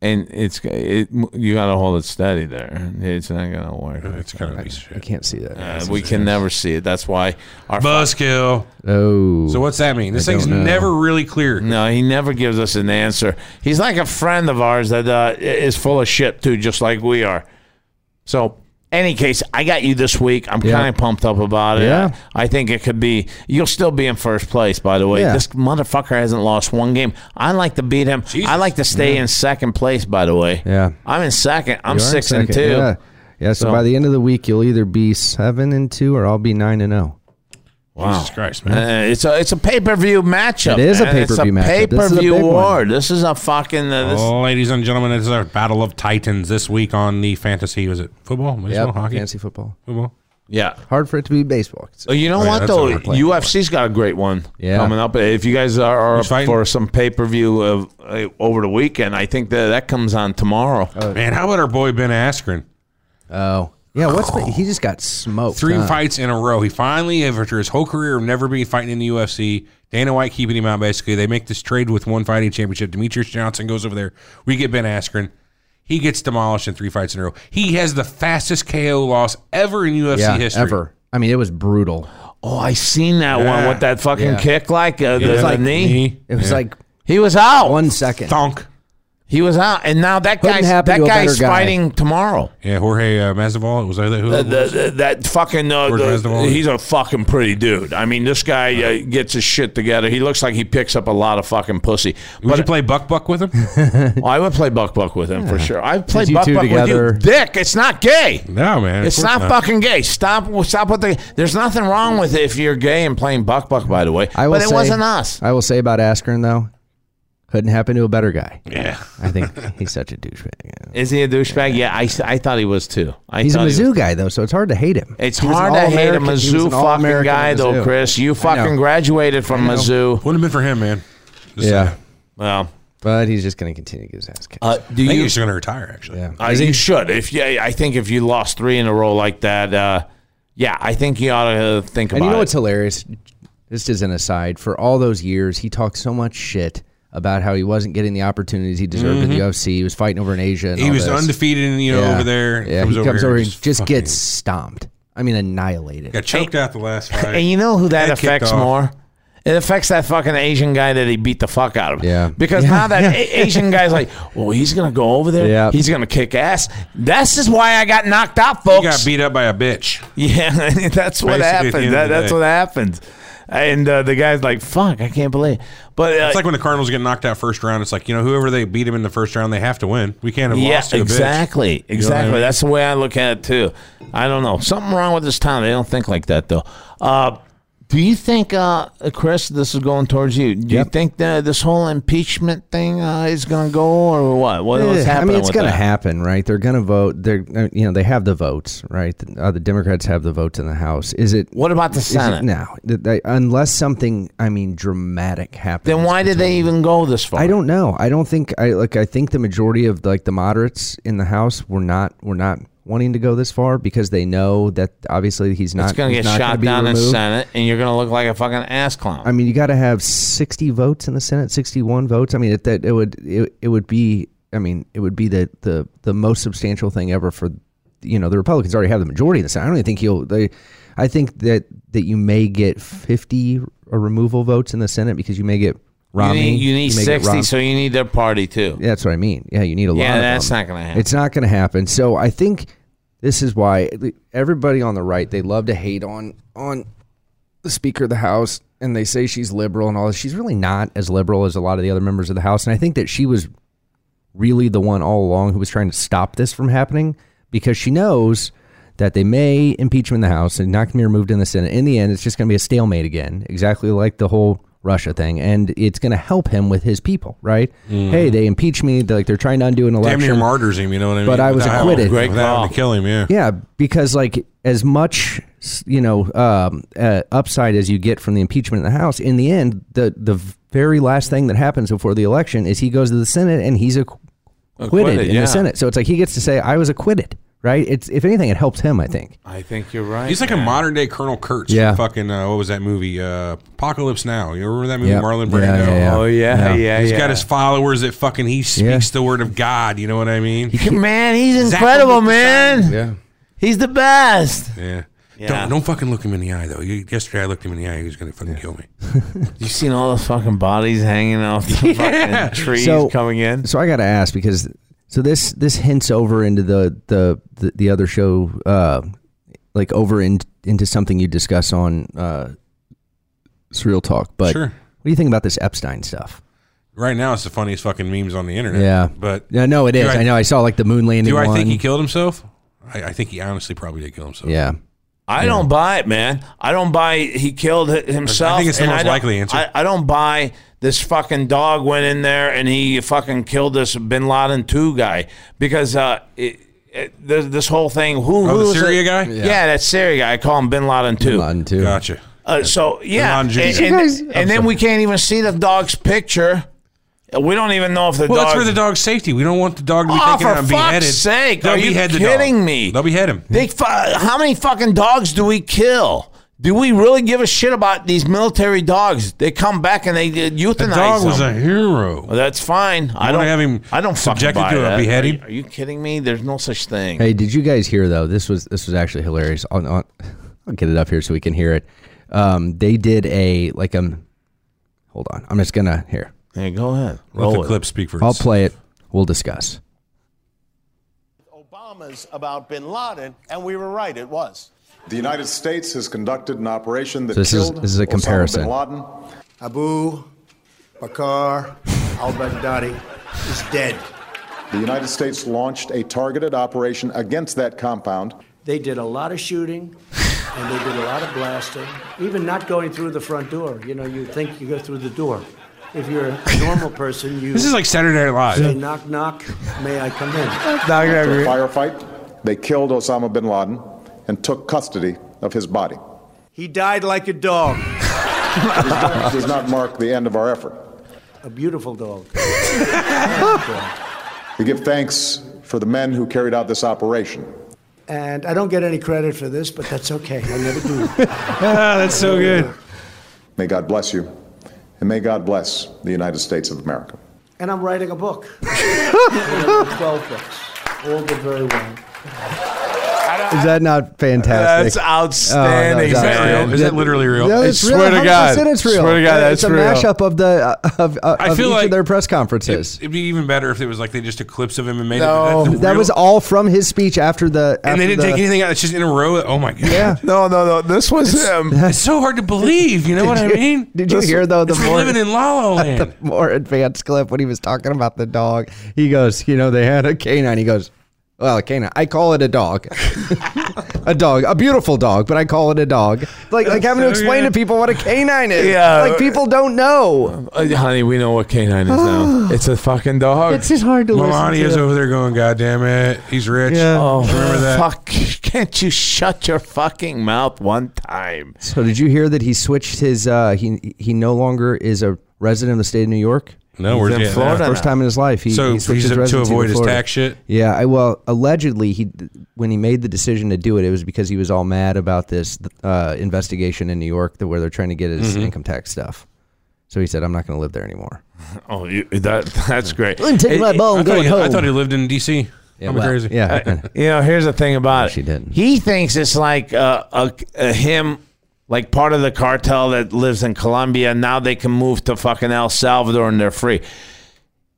Speaker 3: And it's it, you gotta hold it steady there. It's not gonna work.
Speaker 4: It's kind of a piece of
Speaker 6: I
Speaker 4: shit.
Speaker 6: can't see that.
Speaker 3: Uh, we can never see it. That's why our
Speaker 4: Buzzkill.
Speaker 6: oh,
Speaker 4: So what's that mean? This
Speaker 6: I
Speaker 4: thing's
Speaker 6: don't know.
Speaker 4: never really clear.
Speaker 3: No, he never gives us an answer. He's like a friend of ours that uh, is full of shit too, just like we are. So, any case, I got you this week. I'm
Speaker 6: Yeah.
Speaker 3: kind of pumped up about it.
Speaker 6: Yeah.
Speaker 3: I think it could be. You'll still be in first place, by the way.
Speaker 6: Yeah.
Speaker 3: This motherfucker hasn't lost one game. I like to beat him. I like to stay in second place, by the way.
Speaker 6: Yeah.
Speaker 3: I'm in second. I'm
Speaker 6: You are in
Speaker 3: six and
Speaker 6: second,
Speaker 3: two.
Speaker 6: Yeah. Yeah, so,
Speaker 3: So-
Speaker 6: by the end of the week, you'll either be seven and two, or I'll be nine and oh. zero.
Speaker 3: Wow.
Speaker 4: Jesus Christ, man.
Speaker 3: Uh, it's a it's a pay per view matchup.
Speaker 6: It is a
Speaker 3: man.
Speaker 6: pay-per-view
Speaker 3: It's a pay
Speaker 6: matchup. This
Speaker 3: per
Speaker 6: is a
Speaker 3: view
Speaker 6: big one.
Speaker 3: war. This is a fucking. Uh,
Speaker 6: Oh.
Speaker 3: this,
Speaker 4: Ladies and gentlemen, it's our Battle of Titans this week on the fantasy. Was it football? Baseball? Hockey?
Speaker 6: fantasy football.
Speaker 4: Football?
Speaker 3: Yeah.
Speaker 6: Hard for it to be baseball.
Speaker 3: Oh, you know
Speaker 4: yeah,
Speaker 3: what
Speaker 4: that's
Speaker 3: though?
Speaker 4: what we're playing
Speaker 3: UFC's got a great one
Speaker 6: Yeah.
Speaker 3: coming up. If you guys are, are up
Speaker 4: Who's fighting?
Speaker 3: for some pay per view of uh, over the weekend, I think that that comes on tomorrow.
Speaker 4: Man, how about our boy Ben Askren?
Speaker 6: Oh, yeah. What's the, he just got smoked?
Speaker 4: Three
Speaker 6: huh?
Speaker 4: fights in a row. He finally, after his whole career of never being fighting in the UFC, Dana White keeping him out. Basically, they make this trade with one fighting championship. Demetrius Johnson goes over there. We get Ben Askren. He gets demolished in three fights in a row. He has the fastest KO loss ever in UFC
Speaker 6: yeah,
Speaker 4: history.
Speaker 6: ever. I mean, it was brutal.
Speaker 3: Oh, I seen that one
Speaker 4: Yeah.
Speaker 3: with that fucking
Speaker 6: Yeah.
Speaker 3: kick, like uh, the,
Speaker 4: was
Speaker 3: the
Speaker 4: like
Speaker 3: knee.
Speaker 4: knee.
Speaker 6: It was like
Speaker 3: He was out.
Speaker 6: one second.
Speaker 4: Thonk.
Speaker 3: He was out, and now that
Speaker 6: Couldn't
Speaker 3: guy's that
Speaker 6: happen to a
Speaker 3: guy's
Speaker 6: better guy.
Speaker 3: fighting tomorrow.
Speaker 4: Yeah, Jorge uh, Masvidal. Was that who?
Speaker 3: Uh, The- the- that fucking uh,
Speaker 4: George
Speaker 3: the-
Speaker 4: Masvidal.
Speaker 3: he's a fucking pretty dude. I mean, this guy uh, gets his shit together. He looks like he picks up a lot of fucking pussy.
Speaker 4: Would
Speaker 3: But
Speaker 4: you play Buck Buck with him?
Speaker 3: I would play buck buck with him for sure. I played
Speaker 6: you
Speaker 3: buck
Speaker 6: two
Speaker 3: buck
Speaker 6: together-
Speaker 3: with you, Dick. It's not gay.
Speaker 4: no, man. of
Speaker 3: It's
Speaker 4: course
Speaker 3: not, fucking gay. Stop. Stop with the. There's nothing wrong with it if you're gay and playing buck buck. By the way,
Speaker 6: I will
Speaker 3: but it
Speaker 6: say-
Speaker 3: wasn't us.
Speaker 6: I will say about Askren though, couldn't happen to a better guy.
Speaker 4: Yeah.
Speaker 6: I think he's such a douchebag.
Speaker 3: Is he a douchebag? Yeah, I, I thought he was too. I
Speaker 6: He's a
Speaker 3: thought he was-
Speaker 6: Mizzou guy though, so it's hard to hate him.
Speaker 3: It's
Speaker 6: He was an
Speaker 3: hard to hate a
Speaker 6: All-American. He was
Speaker 3: Mizzou
Speaker 6: an
Speaker 3: fucking
Speaker 6: All-American at
Speaker 3: guy, though,
Speaker 6: Mizzou.
Speaker 3: Chris. You fucking
Speaker 6: know.
Speaker 3: graduated from Mizzou.
Speaker 4: Wouldn't have been for him, man. Just
Speaker 6: Yeah,
Speaker 4: saying.
Speaker 3: Well,
Speaker 6: but he's just going to continue to get his ass kicked.
Speaker 3: uh, do
Speaker 4: I think
Speaker 3: you?
Speaker 4: he's going to retire, actually.
Speaker 6: yeah.
Speaker 3: I think you should. If you, I think if you lost three in a row like that, uh, yeah, I think you ought to think
Speaker 6: And
Speaker 3: about
Speaker 6: you know
Speaker 3: it.
Speaker 6: what's hilarious? Just as an aside, for all those years, he talked so much shit about how he wasn't getting the opportunities he deserved in the UFC. He was fighting over in Asia. And
Speaker 4: He
Speaker 6: all
Speaker 4: was
Speaker 6: this.
Speaker 4: undefeated, and you know,
Speaker 6: Yeah.
Speaker 4: over there.
Speaker 6: Yeah, he comes over and just
Speaker 4: fucking-
Speaker 6: gets stomped. I mean, annihilated.
Speaker 4: Got choked out the last fight.
Speaker 3: And you know who that
Speaker 4: Head kicked
Speaker 3: affects
Speaker 4: off.
Speaker 3: more? It affects that fucking Asian guy that he beat the fuck out of.
Speaker 6: Yeah.
Speaker 3: Because now that A- Asian guy's like, well, he's gonna go over there.
Speaker 6: Yeah.
Speaker 3: He's gonna kick ass. This is why I got knocked out,
Speaker 4: He
Speaker 3: folks.
Speaker 4: got beat up by a bitch.
Speaker 3: yeah, that's what
Speaker 4: Basically, at the end
Speaker 3: happened.
Speaker 4: of
Speaker 3: That,
Speaker 4: the
Speaker 3: that's
Speaker 4: day.
Speaker 3: what happened. and uh, the guy's like, "Fuck, I can't believe." It. But uh,
Speaker 4: It's like when the Cardinals get knocked out first round. It's like you know whoever they beat them in the first round, they have to win. We can't have
Speaker 3: yeah,
Speaker 4: lost to a bitch.
Speaker 3: exactly, exactly. That's the way I look at it too. I don't know, something wrong with this town. They don't think like that though. Uh, do you think, uh, Chris? This is going towards you. Do you think that this whole impeachment thing uh, is going to go or what? What- What's
Speaker 6: Yeah, I
Speaker 3: happening?
Speaker 6: mean, it's
Speaker 3: with
Speaker 6: going to
Speaker 3: that?
Speaker 6: happen, right? They're going to vote. They're, uh, you know, they have the votes, right? The, uh, the Democrats have the votes in the House. Is it?
Speaker 3: What about the
Speaker 6: is it-
Speaker 3: Senate?
Speaker 6: no, Th- they- unless something, I mean, dramatic happens.
Speaker 3: Then why did they even go this far?
Speaker 6: I don't know. I don't think I like. I think the majority of like the moderates in the House were not were not wanting to go this far because they know that obviously he's not.
Speaker 3: It's going to
Speaker 6: he's
Speaker 3: get
Speaker 6: not gonna
Speaker 3: shot
Speaker 6: be
Speaker 3: down in the
Speaker 6: removed.
Speaker 3: Senate, and you're going to look like a fucking ass clown.
Speaker 6: I mean, you got to have sixty votes in the Senate, sixty-one votes. I mean, it, that it would it, it would be. I mean, it would be the, the the most substantial thing ever for you know the Republicans already have the majority in the Senate. I don't even think he'll. They, I think that that you may get fifty removal votes in the Senate because you may get
Speaker 3: you
Speaker 6: Romney.
Speaker 3: need, you need
Speaker 6: may get
Speaker 3: 60,
Speaker 6: Rom-
Speaker 3: so you need their party too.
Speaker 6: yeah, that's what I mean. Yeah, you need a lot.
Speaker 3: Yeah,
Speaker 6: of
Speaker 3: that's
Speaker 6: them.
Speaker 3: not gonna happen.
Speaker 6: It's not going to happen. So I think this is why everybody on the right they love to hate on on the Speaker of the House, and they say she's liberal and all this. She's really not as liberal as a lot of the other members of the House, and I think that she was really the one all along who was trying to stop this from happening because she knows that they may impeach him in the House and not going to be removed in the Senate. In the end, it's just going to be a stalemate again, exactly like the whole Russia thing, and it's going to help him with his people, right? Hey, they impeach me, they're, like they're trying to undo an
Speaker 4: Mm. Damn
Speaker 6: election.
Speaker 4: near martyrs him. You know what I mean?
Speaker 6: But I was
Speaker 4: Without having-
Speaker 6: acquitted.
Speaker 3: Great
Speaker 4: without
Speaker 3: call.
Speaker 4: having to kill him. Yeah.
Speaker 6: Yeah, because like as much you know um, uh, upside as you get from the impeachment in the House, in the end, the the very last thing that happens before the election is he goes to the Senate and he's acqu- acquitted,
Speaker 3: Acquitted,
Speaker 6: in
Speaker 3: yeah.
Speaker 6: the Senate. So it's like he gets to say, "I was acquitted." Right? It's if anything, it helps him. I think.
Speaker 3: I think you're right.
Speaker 4: He's like a modern day Colonel Kurtz.
Speaker 6: Yeah.
Speaker 4: Yeah. Fucking uh, what was that movie? Uh, Apocalypse Now. You remember that movie?
Speaker 6: Yeah.
Speaker 4: Marlon
Speaker 6: Yeah,
Speaker 4: Brando.
Speaker 6: yeah, yeah.
Speaker 3: Oh yeah, yeah,
Speaker 6: Yeah.
Speaker 3: yeah.
Speaker 4: He's got his followers that fucking he speaks
Speaker 6: Yeah.
Speaker 4: the word of God. You know what I mean?
Speaker 3: man. He's
Speaker 4: Zach
Speaker 3: incredible,
Speaker 4: will get the
Speaker 3: man.
Speaker 6: Yeah.
Speaker 3: He's the best.
Speaker 4: Yeah.
Speaker 3: Yeah.
Speaker 4: Don't don't fucking look him in the eye though. You, yesterday I looked him in the eye. He was gonna fucking kill me.
Speaker 3: You seen all the fucking bodies hanging off the fucking trees
Speaker 6: So-
Speaker 3: coming in?
Speaker 6: So I got to ask because so this this hints over into the the the, the other show, uh, like over in, into something you discuss on uh, Surreal Talk. But
Speaker 4: Sure.
Speaker 6: what do you think about this Epstein stuff?
Speaker 4: Right now it's the funniest fucking memes on the internet.
Speaker 6: Yeah.
Speaker 4: But
Speaker 6: Yeah, no, it is.
Speaker 4: Do I-
Speaker 6: I, know. I saw like the moon landing.
Speaker 4: do I
Speaker 6: one.
Speaker 4: think he killed himself? I, I think he honestly probably did kill himself.
Speaker 6: Yeah.
Speaker 3: I don't buy it, man. I don't buy he killed h- himself.
Speaker 4: it's the
Speaker 3: and
Speaker 4: most
Speaker 3: I don't-
Speaker 4: likely answer.
Speaker 3: I, I don't buy this fucking dog went in there and he fucking killed this Bin Laden two guy because uh, it, it, this, this whole thing. Who?
Speaker 4: Oh, the
Speaker 3: who's
Speaker 4: Syria
Speaker 3: it?
Speaker 4: guy?
Speaker 3: Yeah. that Syria guy. I call him Bin Laden two.
Speaker 6: Laden too.
Speaker 4: Gotcha.
Speaker 3: Uh, so yeah, and,
Speaker 4: non-Jews.
Speaker 3: and-
Speaker 6: You guys-
Speaker 3: and
Speaker 6: I'm
Speaker 3: then
Speaker 6: sorry.
Speaker 3: we can't even see the dog's picture. We don't even know if the
Speaker 4: Well,
Speaker 3: dog.
Speaker 4: that's for the dog's safety. We don't want the dog to be
Speaker 3: Oh,
Speaker 4: taken
Speaker 3: for
Speaker 4: out and
Speaker 3: fuck's
Speaker 4: beheaded.
Speaker 3: sake,
Speaker 4: They'll
Speaker 3: are you
Speaker 4: behead the
Speaker 3: kidding
Speaker 4: dog.
Speaker 3: me?
Speaker 4: They'll behead him.
Speaker 3: They fu- how many fucking dogs do we kill? Do we really give a shit about these military dogs? They come back and they uh, euthanize
Speaker 4: The dog
Speaker 3: them.
Speaker 4: was a hero.
Speaker 3: Well, that's fine. I
Speaker 4: wanna
Speaker 3: don't
Speaker 4: have him
Speaker 3: I don't fucking
Speaker 4: subjected
Speaker 3: buy
Speaker 4: to a
Speaker 3: that.
Speaker 4: beheading?
Speaker 3: Are, you kidding me? There's no such thing.
Speaker 6: Hey, did you guys hear though? This was this was actually hilarious. I'll, I'll, I'll get it up here so we can hear it. Um, they did a like um. Hold on. I'm just gonna here.
Speaker 3: Hey, go ahead.
Speaker 4: Let
Speaker 3: Roll
Speaker 4: the
Speaker 3: it.
Speaker 4: clip speak for
Speaker 6: I'll
Speaker 4: itself.
Speaker 6: play it. We'll discuss.
Speaker 7: Obama's about bin Laden, and we were right, it was.
Speaker 12: The United States has conducted an operation that
Speaker 6: So this is-
Speaker 12: killed
Speaker 6: this is a
Speaker 12: Osama
Speaker 6: comparison.
Speaker 12: bin Laden.
Speaker 7: Abu Bakr al Baghdadi is dead.
Speaker 12: The United States launched a targeted operation against that compound.
Speaker 7: They did a lot of shooting, and they did a lot of blasting, even not going through the front door. You know, you think you go through the door. If you're a normal person, you
Speaker 4: This is like Saturday Night Live.
Speaker 7: say, knock, knock, may I come in?
Speaker 12: After a firefight, they killed Osama bin Laden and took custody of his body.
Speaker 7: He died like a dog,
Speaker 12: This does- does not mark the end of our effort.
Speaker 7: a beautiful dog.
Speaker 12: We give thanks for the men who carried out this operation.
Speaker 7: And I don't get any credit for this, but that's okay. I never do.
Speaker 4: that's so good.
Speaker 12: May God bless you, and may God bless the United States of America.
Speaker 7: And I'm writing a book. You know, Twelve books, all did very well.
Speaker 3: I don't,
Speaker 6: Is that not fantastic?
Speaker 3: That's outstanding,
Speaker 6: Oh, that's
Speaker 3: man.
Speaker 6: outstanding.
Speaker 4: Is that literally real?
Speaker 6: No,
Speaker 3: I
Speaker 6: it's real.
Speaker 3: swear to
Speaker 6: 100%
Speaker 3: God.
Speaker 6: it's real.
Speaker 3: Swear to God,
Speaker 6: Uh,
Speaker 3: that's
Speaker 6: it's a
Speaker 3: real.
Speaker 6: mashup of the uh, of, uh,
Speaker 4: I
Speaker 6: of
Speaker 4: feel
Speaker 6: each
Speaker 4: like
Speaker 6: of their press conferences.
Speaker 4: It'd be even better if it was like they just took clips of him and made
Speaker 3: No.
Speaker 4: it. that's the
Speaker 6: that
Speaker 4: real-
Speaker 6: was all from his speech after the.
Speaker 4: and they
Speaker 6: after
Speaker 4: didn't
Speaker 6: the-
Speaker 4: take anything out. It's just in a row. Oh my god!
Speaker 6: Yeah.
Speaker 3: No, no, no. This was him.
Speaker 4: It's so hard to believe. You know what I
Speaker 6: Did you-
Speaker 4: mean?
Speaker 6: Did you hear though the
Speaker 4: It's like
Speaker 6: more
Speaker 4: living in La La Land.
Speaker 6: the more advanced clip when he was talking about the dog? He goes, you know, they had a canine. He goes, well, a canine. I call it a dog, a dog, a beautiful dog, but I call it a dog. Like like having to explain to people what a canine is.
Speaker 3: Yeah.
Speaker 6: like people don't know.
Speaker 3: Uh, honey, we know what canine is now. It's a fucking dog.
Speaker 6: It's just hard to
Speaker 4: Melania's
Speaker 6: listen to.
Speaker 4: over there going, "God damn it, he's rich."
Speaker 6: Yeah.
Speaker 3: oh,
Speaker 4: remember that?
Speaker 3: fuck. Can't you shut your fucking mouth one time?
Speaker 6: So did you hear that he switched his? Uh, he he no longer is a resident of the state of New York.
Speaker 4: No, we're
Speaker 3: He's in
Speaker 4: yeah,
Speaker 3: Florida.
Speaker 4: yeah.
Speaker 6: First time in his life, he,
Speaker 4: So
Speaker 6: he
Speaker 4: he's
Speaker 6: switched his
Speaker 4: up to
Speaker 6: residency
Speaker 4: avoid his
Speaker 6: Florida.
Speaker 4: tax shit.
Speaker 6: Yeah, I, well, allegedly he when he made the decision to do it, it was because he was all mad about this uh, investigation in New York that where they're trying to get his
Speaker 4: Mm-hmm.
Speaker 6: income tax stuff. So he said, "I'm not going to live there anymore."
Speaker 3: Oh, you, that that's great.
Speaker 6: I'm taking my ball
Speaker 4: I
Speaker 6: and
Speaker 4: thought,
Speaker 6: going
Speaker 4: he,
Speaker 6: home.
Speaker 4: I thought he lived in D.C. I'm
Speaker 6: well,
Speaker 4: crazy.
Speaker 6: Yeah,
Speaker 3: You know, here's the thing about it.
Speaker 6: she didn't.
Speaker 3: He thinks it's like uh, a, a him, like part of the cartel that lives in Colombia. Now they can move to fucking El Salvador and they're free.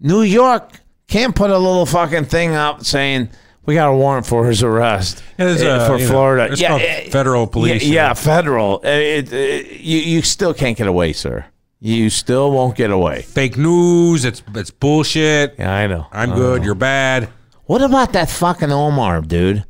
Speaker 3: New York can't put a little fucking thing out saying we got a warrant for his arrest
Speaker 4: Yeah, there's
Speaker 3: uh,
Speaker 4: a-
Speaker 3: for
Speaker 4: you know,
Speaker 3: Florida.
Speaker 4: it's called
Speaker 3: eh,
Speaker 4: federal police,
Speaker 3: Yeah,
Speaker 4: you
Speaker 3: yeah,
Speaker 4: know.
Speaker 3: federal. Eh, it- eh, you you still can't get away, sir. You still won't get away.
Speaker 4: Fake news. It's it's bullshit.
Speaker 3: Yeah, I know.
Speaker 4: I'm
Speaker 6: Uh-huh.
Speaker 4: good. You're bad.
Speaker 3: What about that fucking Omar dude?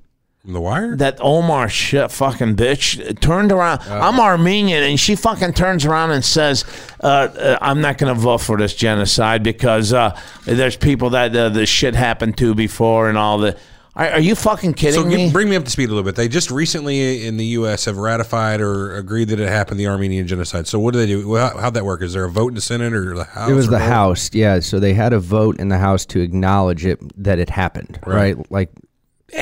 Speaker 4: The wire.
Speaker 3: that Omar shit fucking bitch turned around. I'm Armenian, and she fucking turns around and says, uh, uh, "I'm not going to vote for this genocide because uh, there's people that uh, this shit happened to before and all the." Are, are you fucking kidding
Speaker 4: So
Speaker 3: me?
Speaker 4: get, bring me up to speed a little bit. They just recently in the U.S. have ratified or agreed that it happened, the Armenian genocide. So what do they do? Well, how, how'd that work? Is there a vote in the Senate or the House?
Speaker 6: it was
Speaker 4: or
Speaker 6: the
Speaker 4: both?
Speaker 6: House. Yeah, so they had a vote in the House to acknowledge it that it happened. Right, like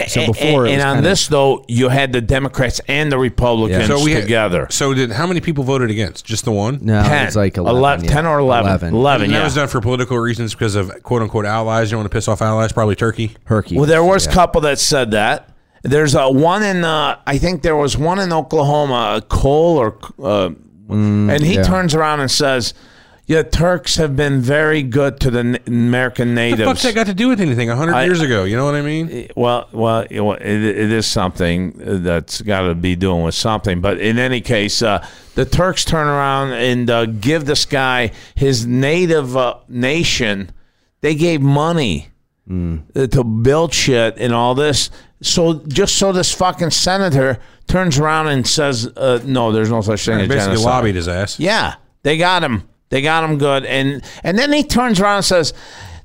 Speaker 6: so
Speaker 3: A- a-
Speaker 6: before. it
Speaker 3: and
Speaker 6: was
Speaker 3: on
Speaker 6: kinda-
Speaker 3: this though, you had the Democrats and the Republicans
Speaker 4: So we
Speaker 3: together.
Speaker 4: So did how many people voted against? Just the one?
Speaker 6: no,
Speaker 3: Ten.
Speaker 6: it's like 11,
Speaker 3: Ele-
Speaker 6: yeah.
Speaker 3: 10 or 11. 11,
Speaker 4: And that
Speaker 3: yeah.
Speaker 4: was done for political reasons because of quote unquote allies. You don't want to piss off allies, probably Turkey.
Speaker 6: Herky.
Speaker 3: Well, there was a couple that said that. There's a one in uh, I think there was one in Oklahoma, Cole or uh, and he
Speaker 6: Mm, yeah.
Speaker 3: turns around and says, "Yeah, Turks have been very good to the N- American
Speaker 4: What the fuck's
Speaker 3: natives."
Speaker 4: that got to do with anything? hundred
Speaker 3: I-
Speaker 4: years ago, you know what I mean?
Speaker 3: well, well, you know, it, it is something that's got to be doing with something. But in any case, uh, the Turks turn around and uh, give this guy his native uh, nation. They gave money uh, to build shit and all this. So just so this fucking senator turns around and says, uh, "No, there's no such thing as
Speaker 4: Basically
Speaker 3: genocide."
Speaker 4: lobbied his ass.
Speaker 3: Yeah, they got him. They got him good. And and then he turns around and says,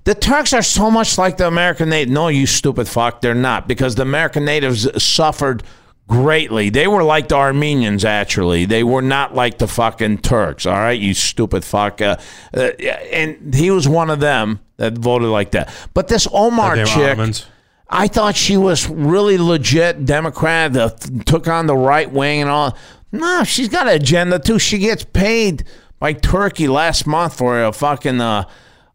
Speaker 3: "The Turks are so much like the American native." No, you stupid fuck, they're not because the American natives suffered greatly. They were like the Armenians actually. They were not like the fucking Turks. All right, you stupid fuck. Uh, uh, and he was one of them that voted like that. But this Omar
Speaker 4: Goddamn
Speaker 3: chick.
Speaker 4: Ottomans.
Speaker 3: I thought she was really legit Democrat that took on the right wing and all. No, she's got an agenda too. She gets paid by Turkey last month for a fucking uh,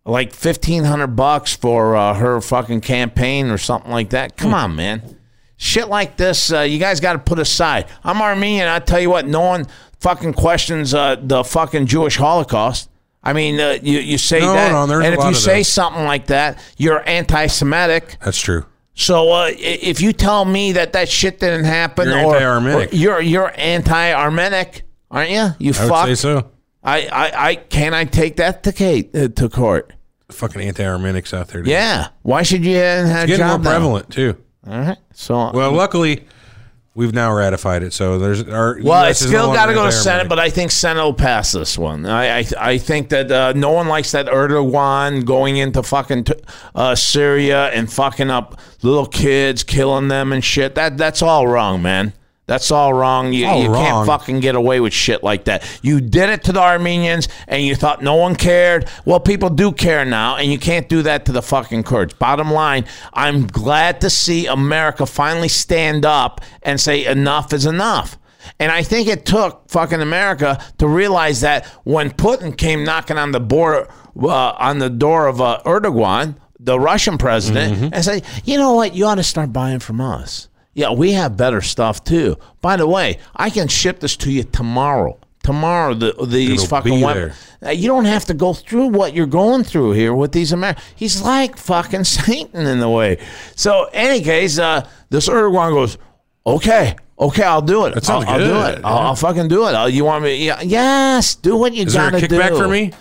Speaker 3: like fifteen hundred bucks for uh, her fucking campaign or something like that. Come on, man. Shit like this, uh, you guys got to put aside. I'm Armenian. I tell you what, no one fucking questions uh, the fucking Jewish Holocaust. I mean, uh, you you say
Speaker 4: No,
Speaker 3: that,
Speaker 4: no, there's
Speaker 3: and
Speaker 4: a
Speaker 3: if
Speaker 4: lot
Speaker 3: you
Speaker 4: of
Speaker 3: say
Speaker 4: those.
Speaker 3: something like that, you're anti-Semitic.
Speaker 4: That's true.
Speaker 3: So uh, i- if you tell me that that shit didn't happen,
Speaker 4: You're
Speaker 3: or,
Speaker 4: anti-Armenic.
Speaker 3: or you're you're anti-Armenic, aren't you? You
Speaker 4: I would
Speaker 3: fuck.
Speaker 4: say so.
Speaker 3: I, I I can I take that to Kate uh, to court?
Speaker 4: Fucking anti Armenics out there. dude.
Speaker 3: Yeah. Why should you have a
Speaker 4: Getting more
Speaker 3: job now?
Speaker 4: prevalent too.
Speaker 3: All right. So
Speaker 4: Well, luckily, we've now ratified it, so there's our.
Speaker 3: Well,
Speaker 4: US
Speaker 3: it's
Speaker 4: is
Speaker 3: still
Speaker 4: no
Speaker 3: got to
Speaker 4: longer
Speaker 3: go to
Speaker 4: there,
Speaker 3: Senate,
Speaker 4: man.
Speaker 3: but I think Senate will pass this one. I I, I think that uh, no one likes that Erdogan going into fucking t- uh, Syria and fucking up little kids, killing them and shit. That that's all wrong, man. That's all wrong. You,
Speaker 4: All
Speaker 3: you
Speaker 4: wrong.
Speaker 3: can't fucking get away with shit like that. You did it to the Armenians, and you thought no one cared. Well, people do care now, and you can't do that to the fucking Kurds. Bottom line, I'm glad to see America finally stand up and say enough is enough. And I think it took fucking America to realize that when Putin came knocking on the board, uh, on the door of uh, Erdogan, the Russian president, and said, "You know what? You ought to start buying from us." Yeah, we have better stuff too. By the way, I can ship this to you tomorrow. Tomorrow, the, these
Speaker 4: It'll
Speaker 3: fucking
Speaker 4: be
Speaker 3: weapons. You don't have to go through what you're going through here with these Americans. He's like fucking Satan in the way. So, any case, uh, this Erdogan goes, okay, okay, I'll do it.
Speaker 4: That sounds
Speaker 3: I'll, I'll do
Speaker 4: good,
Speaker 3: it. I'll,
Speaker 4: yeah.
Speaker 3: I'll fucking do it. Uh, you want me? Yeah, yes, do what you
Speaker 4: Is there a
Speaker 3: gotta
Speaker 4: kickback
Speaker 3: do.
Speaker 4: for me?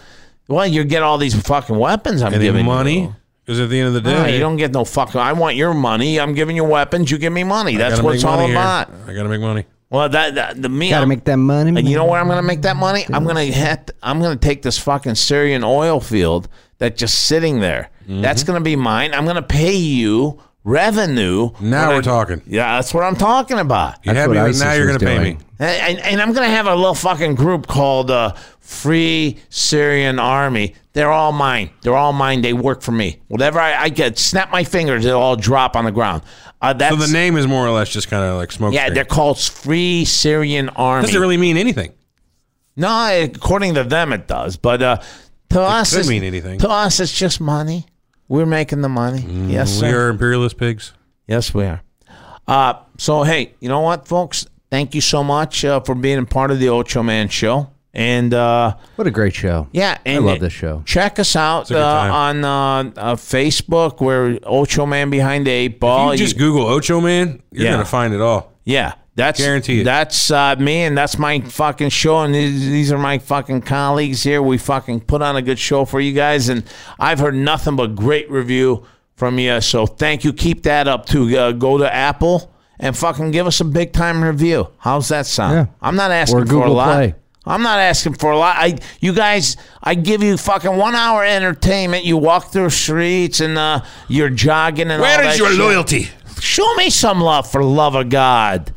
Speaker 3: Well, you get all these fucking weapons I'm
Speaker 4: Any
Speaker 3: giving
Speaker 4: money?
Speaker 3: you.
Speaker 4: Because at the end of the day,
Speaker 3: No, you don't get no fucking. I want your money. I'm giving you weapons. You give me money.
Speaker 4: I
Speaker 3: That's
Speaker 4: gotta
Speaker 3: what
Speaker 4: make
Speaker 3: it's all
Speaker 4: money here.
Speaker 3: about.
Speaker 4: I gotta make money.
Speaker 3: Well, that, that the me.
Speaker 6: Gotta
Speaker 3: I'm-
Speaker 6: make that money.
Speaker 3: and you know
Speaker 6: man.
Speaker 3: where I'm going to make that money? I'm going to hit. I'm going to take this fucking Syrian oil field that's just sitting there.
Speaker 4: Mm-hmm.
Speaker 3: That's going to be mine. I'm going to pay you revenue.
Speaker 4: Now
Speaker 3: when
Speaker 4: we're
Speaker 3: I-
Speaker 4: talking.
Speaker 3: Yeah, that's what I'm talking about.
Speaker 4: You
Speaker 6: That's
Speaker 4: happy?
Speaker 6: what
Speaker 4: Now
Speaker 6: ISIS
Speaker 4: you're
Speaker 6: was
Speaker 4: gonna pay
Speaker 6: doing.
Speaker 4: me.
Speaker 3: And, and, and I'm going to have a little fucking group called uh, Free Syrian Army. They're all mine. They're all mine. They work for me. Whatever I, I get, snap my fingers, it'll all drop on the ground. Uh, that's,
Speaker 4: So the name is more or less just kind of like smoke.
Speaker 3: Yeah,
Speaker 4: screen.
Speaker 3: they're called Free Syrian Army.
Speaker 4: doesn't really mean anything.
Speaker 3: No, according to them, it does. But uh, to us,
Speaker 4: could
Speaker 3: it's-
Speaker 4: mean anything. Mm,
Speaker 3: To us, it's just money. We're making the money. yes,
Speaker 4: we
Speaker 3: sir.
Speaker 4: are imperialist pigs.
Speaker 3: Yes, we are. Uh, so, hey, you know what, folks? Thank you so much uh, for being a part of the Ocho Man Show. And uh,
Speaker 6: What a great show.
Speaker 3: yeah, and
Speaker 6: I love this show.
Speaker 3: Check us out
Speaker 4: a
Speaker 3: uh, on
Speaker 4: good
Speaker 3: uh, uh, Facebook. We're Ocho Man Behind the Eight Ball.
Speaker 4: you just
Speaker 3: You-
Speaker 4: Google Ocho Man, you're
Speaker 3: Yeah.
Speaker 4: gonna find it all.
Speaker 3: yeah, that's
Speaker 4: Guarantee it.
Speaker 3: That's uh, me, and that's my fucking show, and these, these are my fucking colleagues here. We fucking put on a good show for you guys, and I've heard nothing but great review from you. So thank you. Keep that up too. Uh, go to Apple and fucking give us a big time review. How's that sound?
Speaker 6: Yeah.
Speaker 3: I'm not asking
Speaker 6: Or
Speaker 3: for a
Speaker 6: Google
Speaker 3: lot.
Speaker 6: Play.
Speaker 3: I'm not asking for a lot. I, you guys, I give you fucking one hour entertainment. You walk through streets and uh, you're jogging and all that shit. Show me some love for love of God.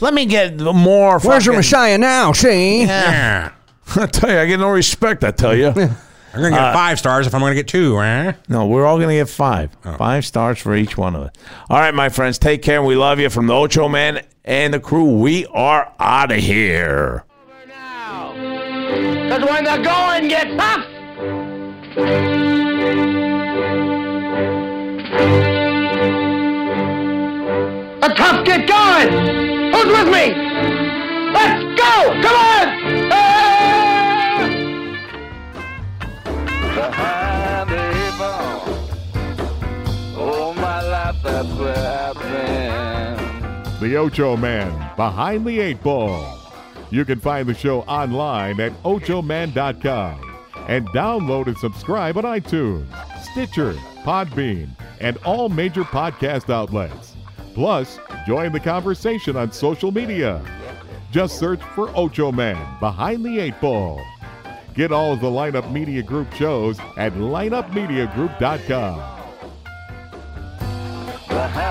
Speaker 3: Let me get more.
Speaker 6: Where's your
Speaker 3: fucking-
Speaker 6: Messiah now, Shane?
Speaker 3: Yeah. I tell you, I get no respect. I tell you.
Speaker 4: I'm gonna get five stars if I'm gonna get two. eh?
Speaker 3: no, we're all gonna get five, five stars for each one of us. All right, my friends, take care. We love you from the Ocho Man and the crew. We are out of here.
Speaker 2: Because when the going gets tough, the tough get going. Who's with me? Let's go! Come on! Behind the eight ball. All my life, that's where I've been.
Speaker 1: The Ocho Man Behind the Eight Ball. You can find the show online at ochoman.com and download and subscribe on iTunes, Stitcher, Podbean, and all major podcast outlets. Plus, join the conversation on social media. Just search for Ocho Man Behind the Eight Ball. Get all of the Lineup Media Group shows at lineupmediagroup.com.
Speaker 2: Behind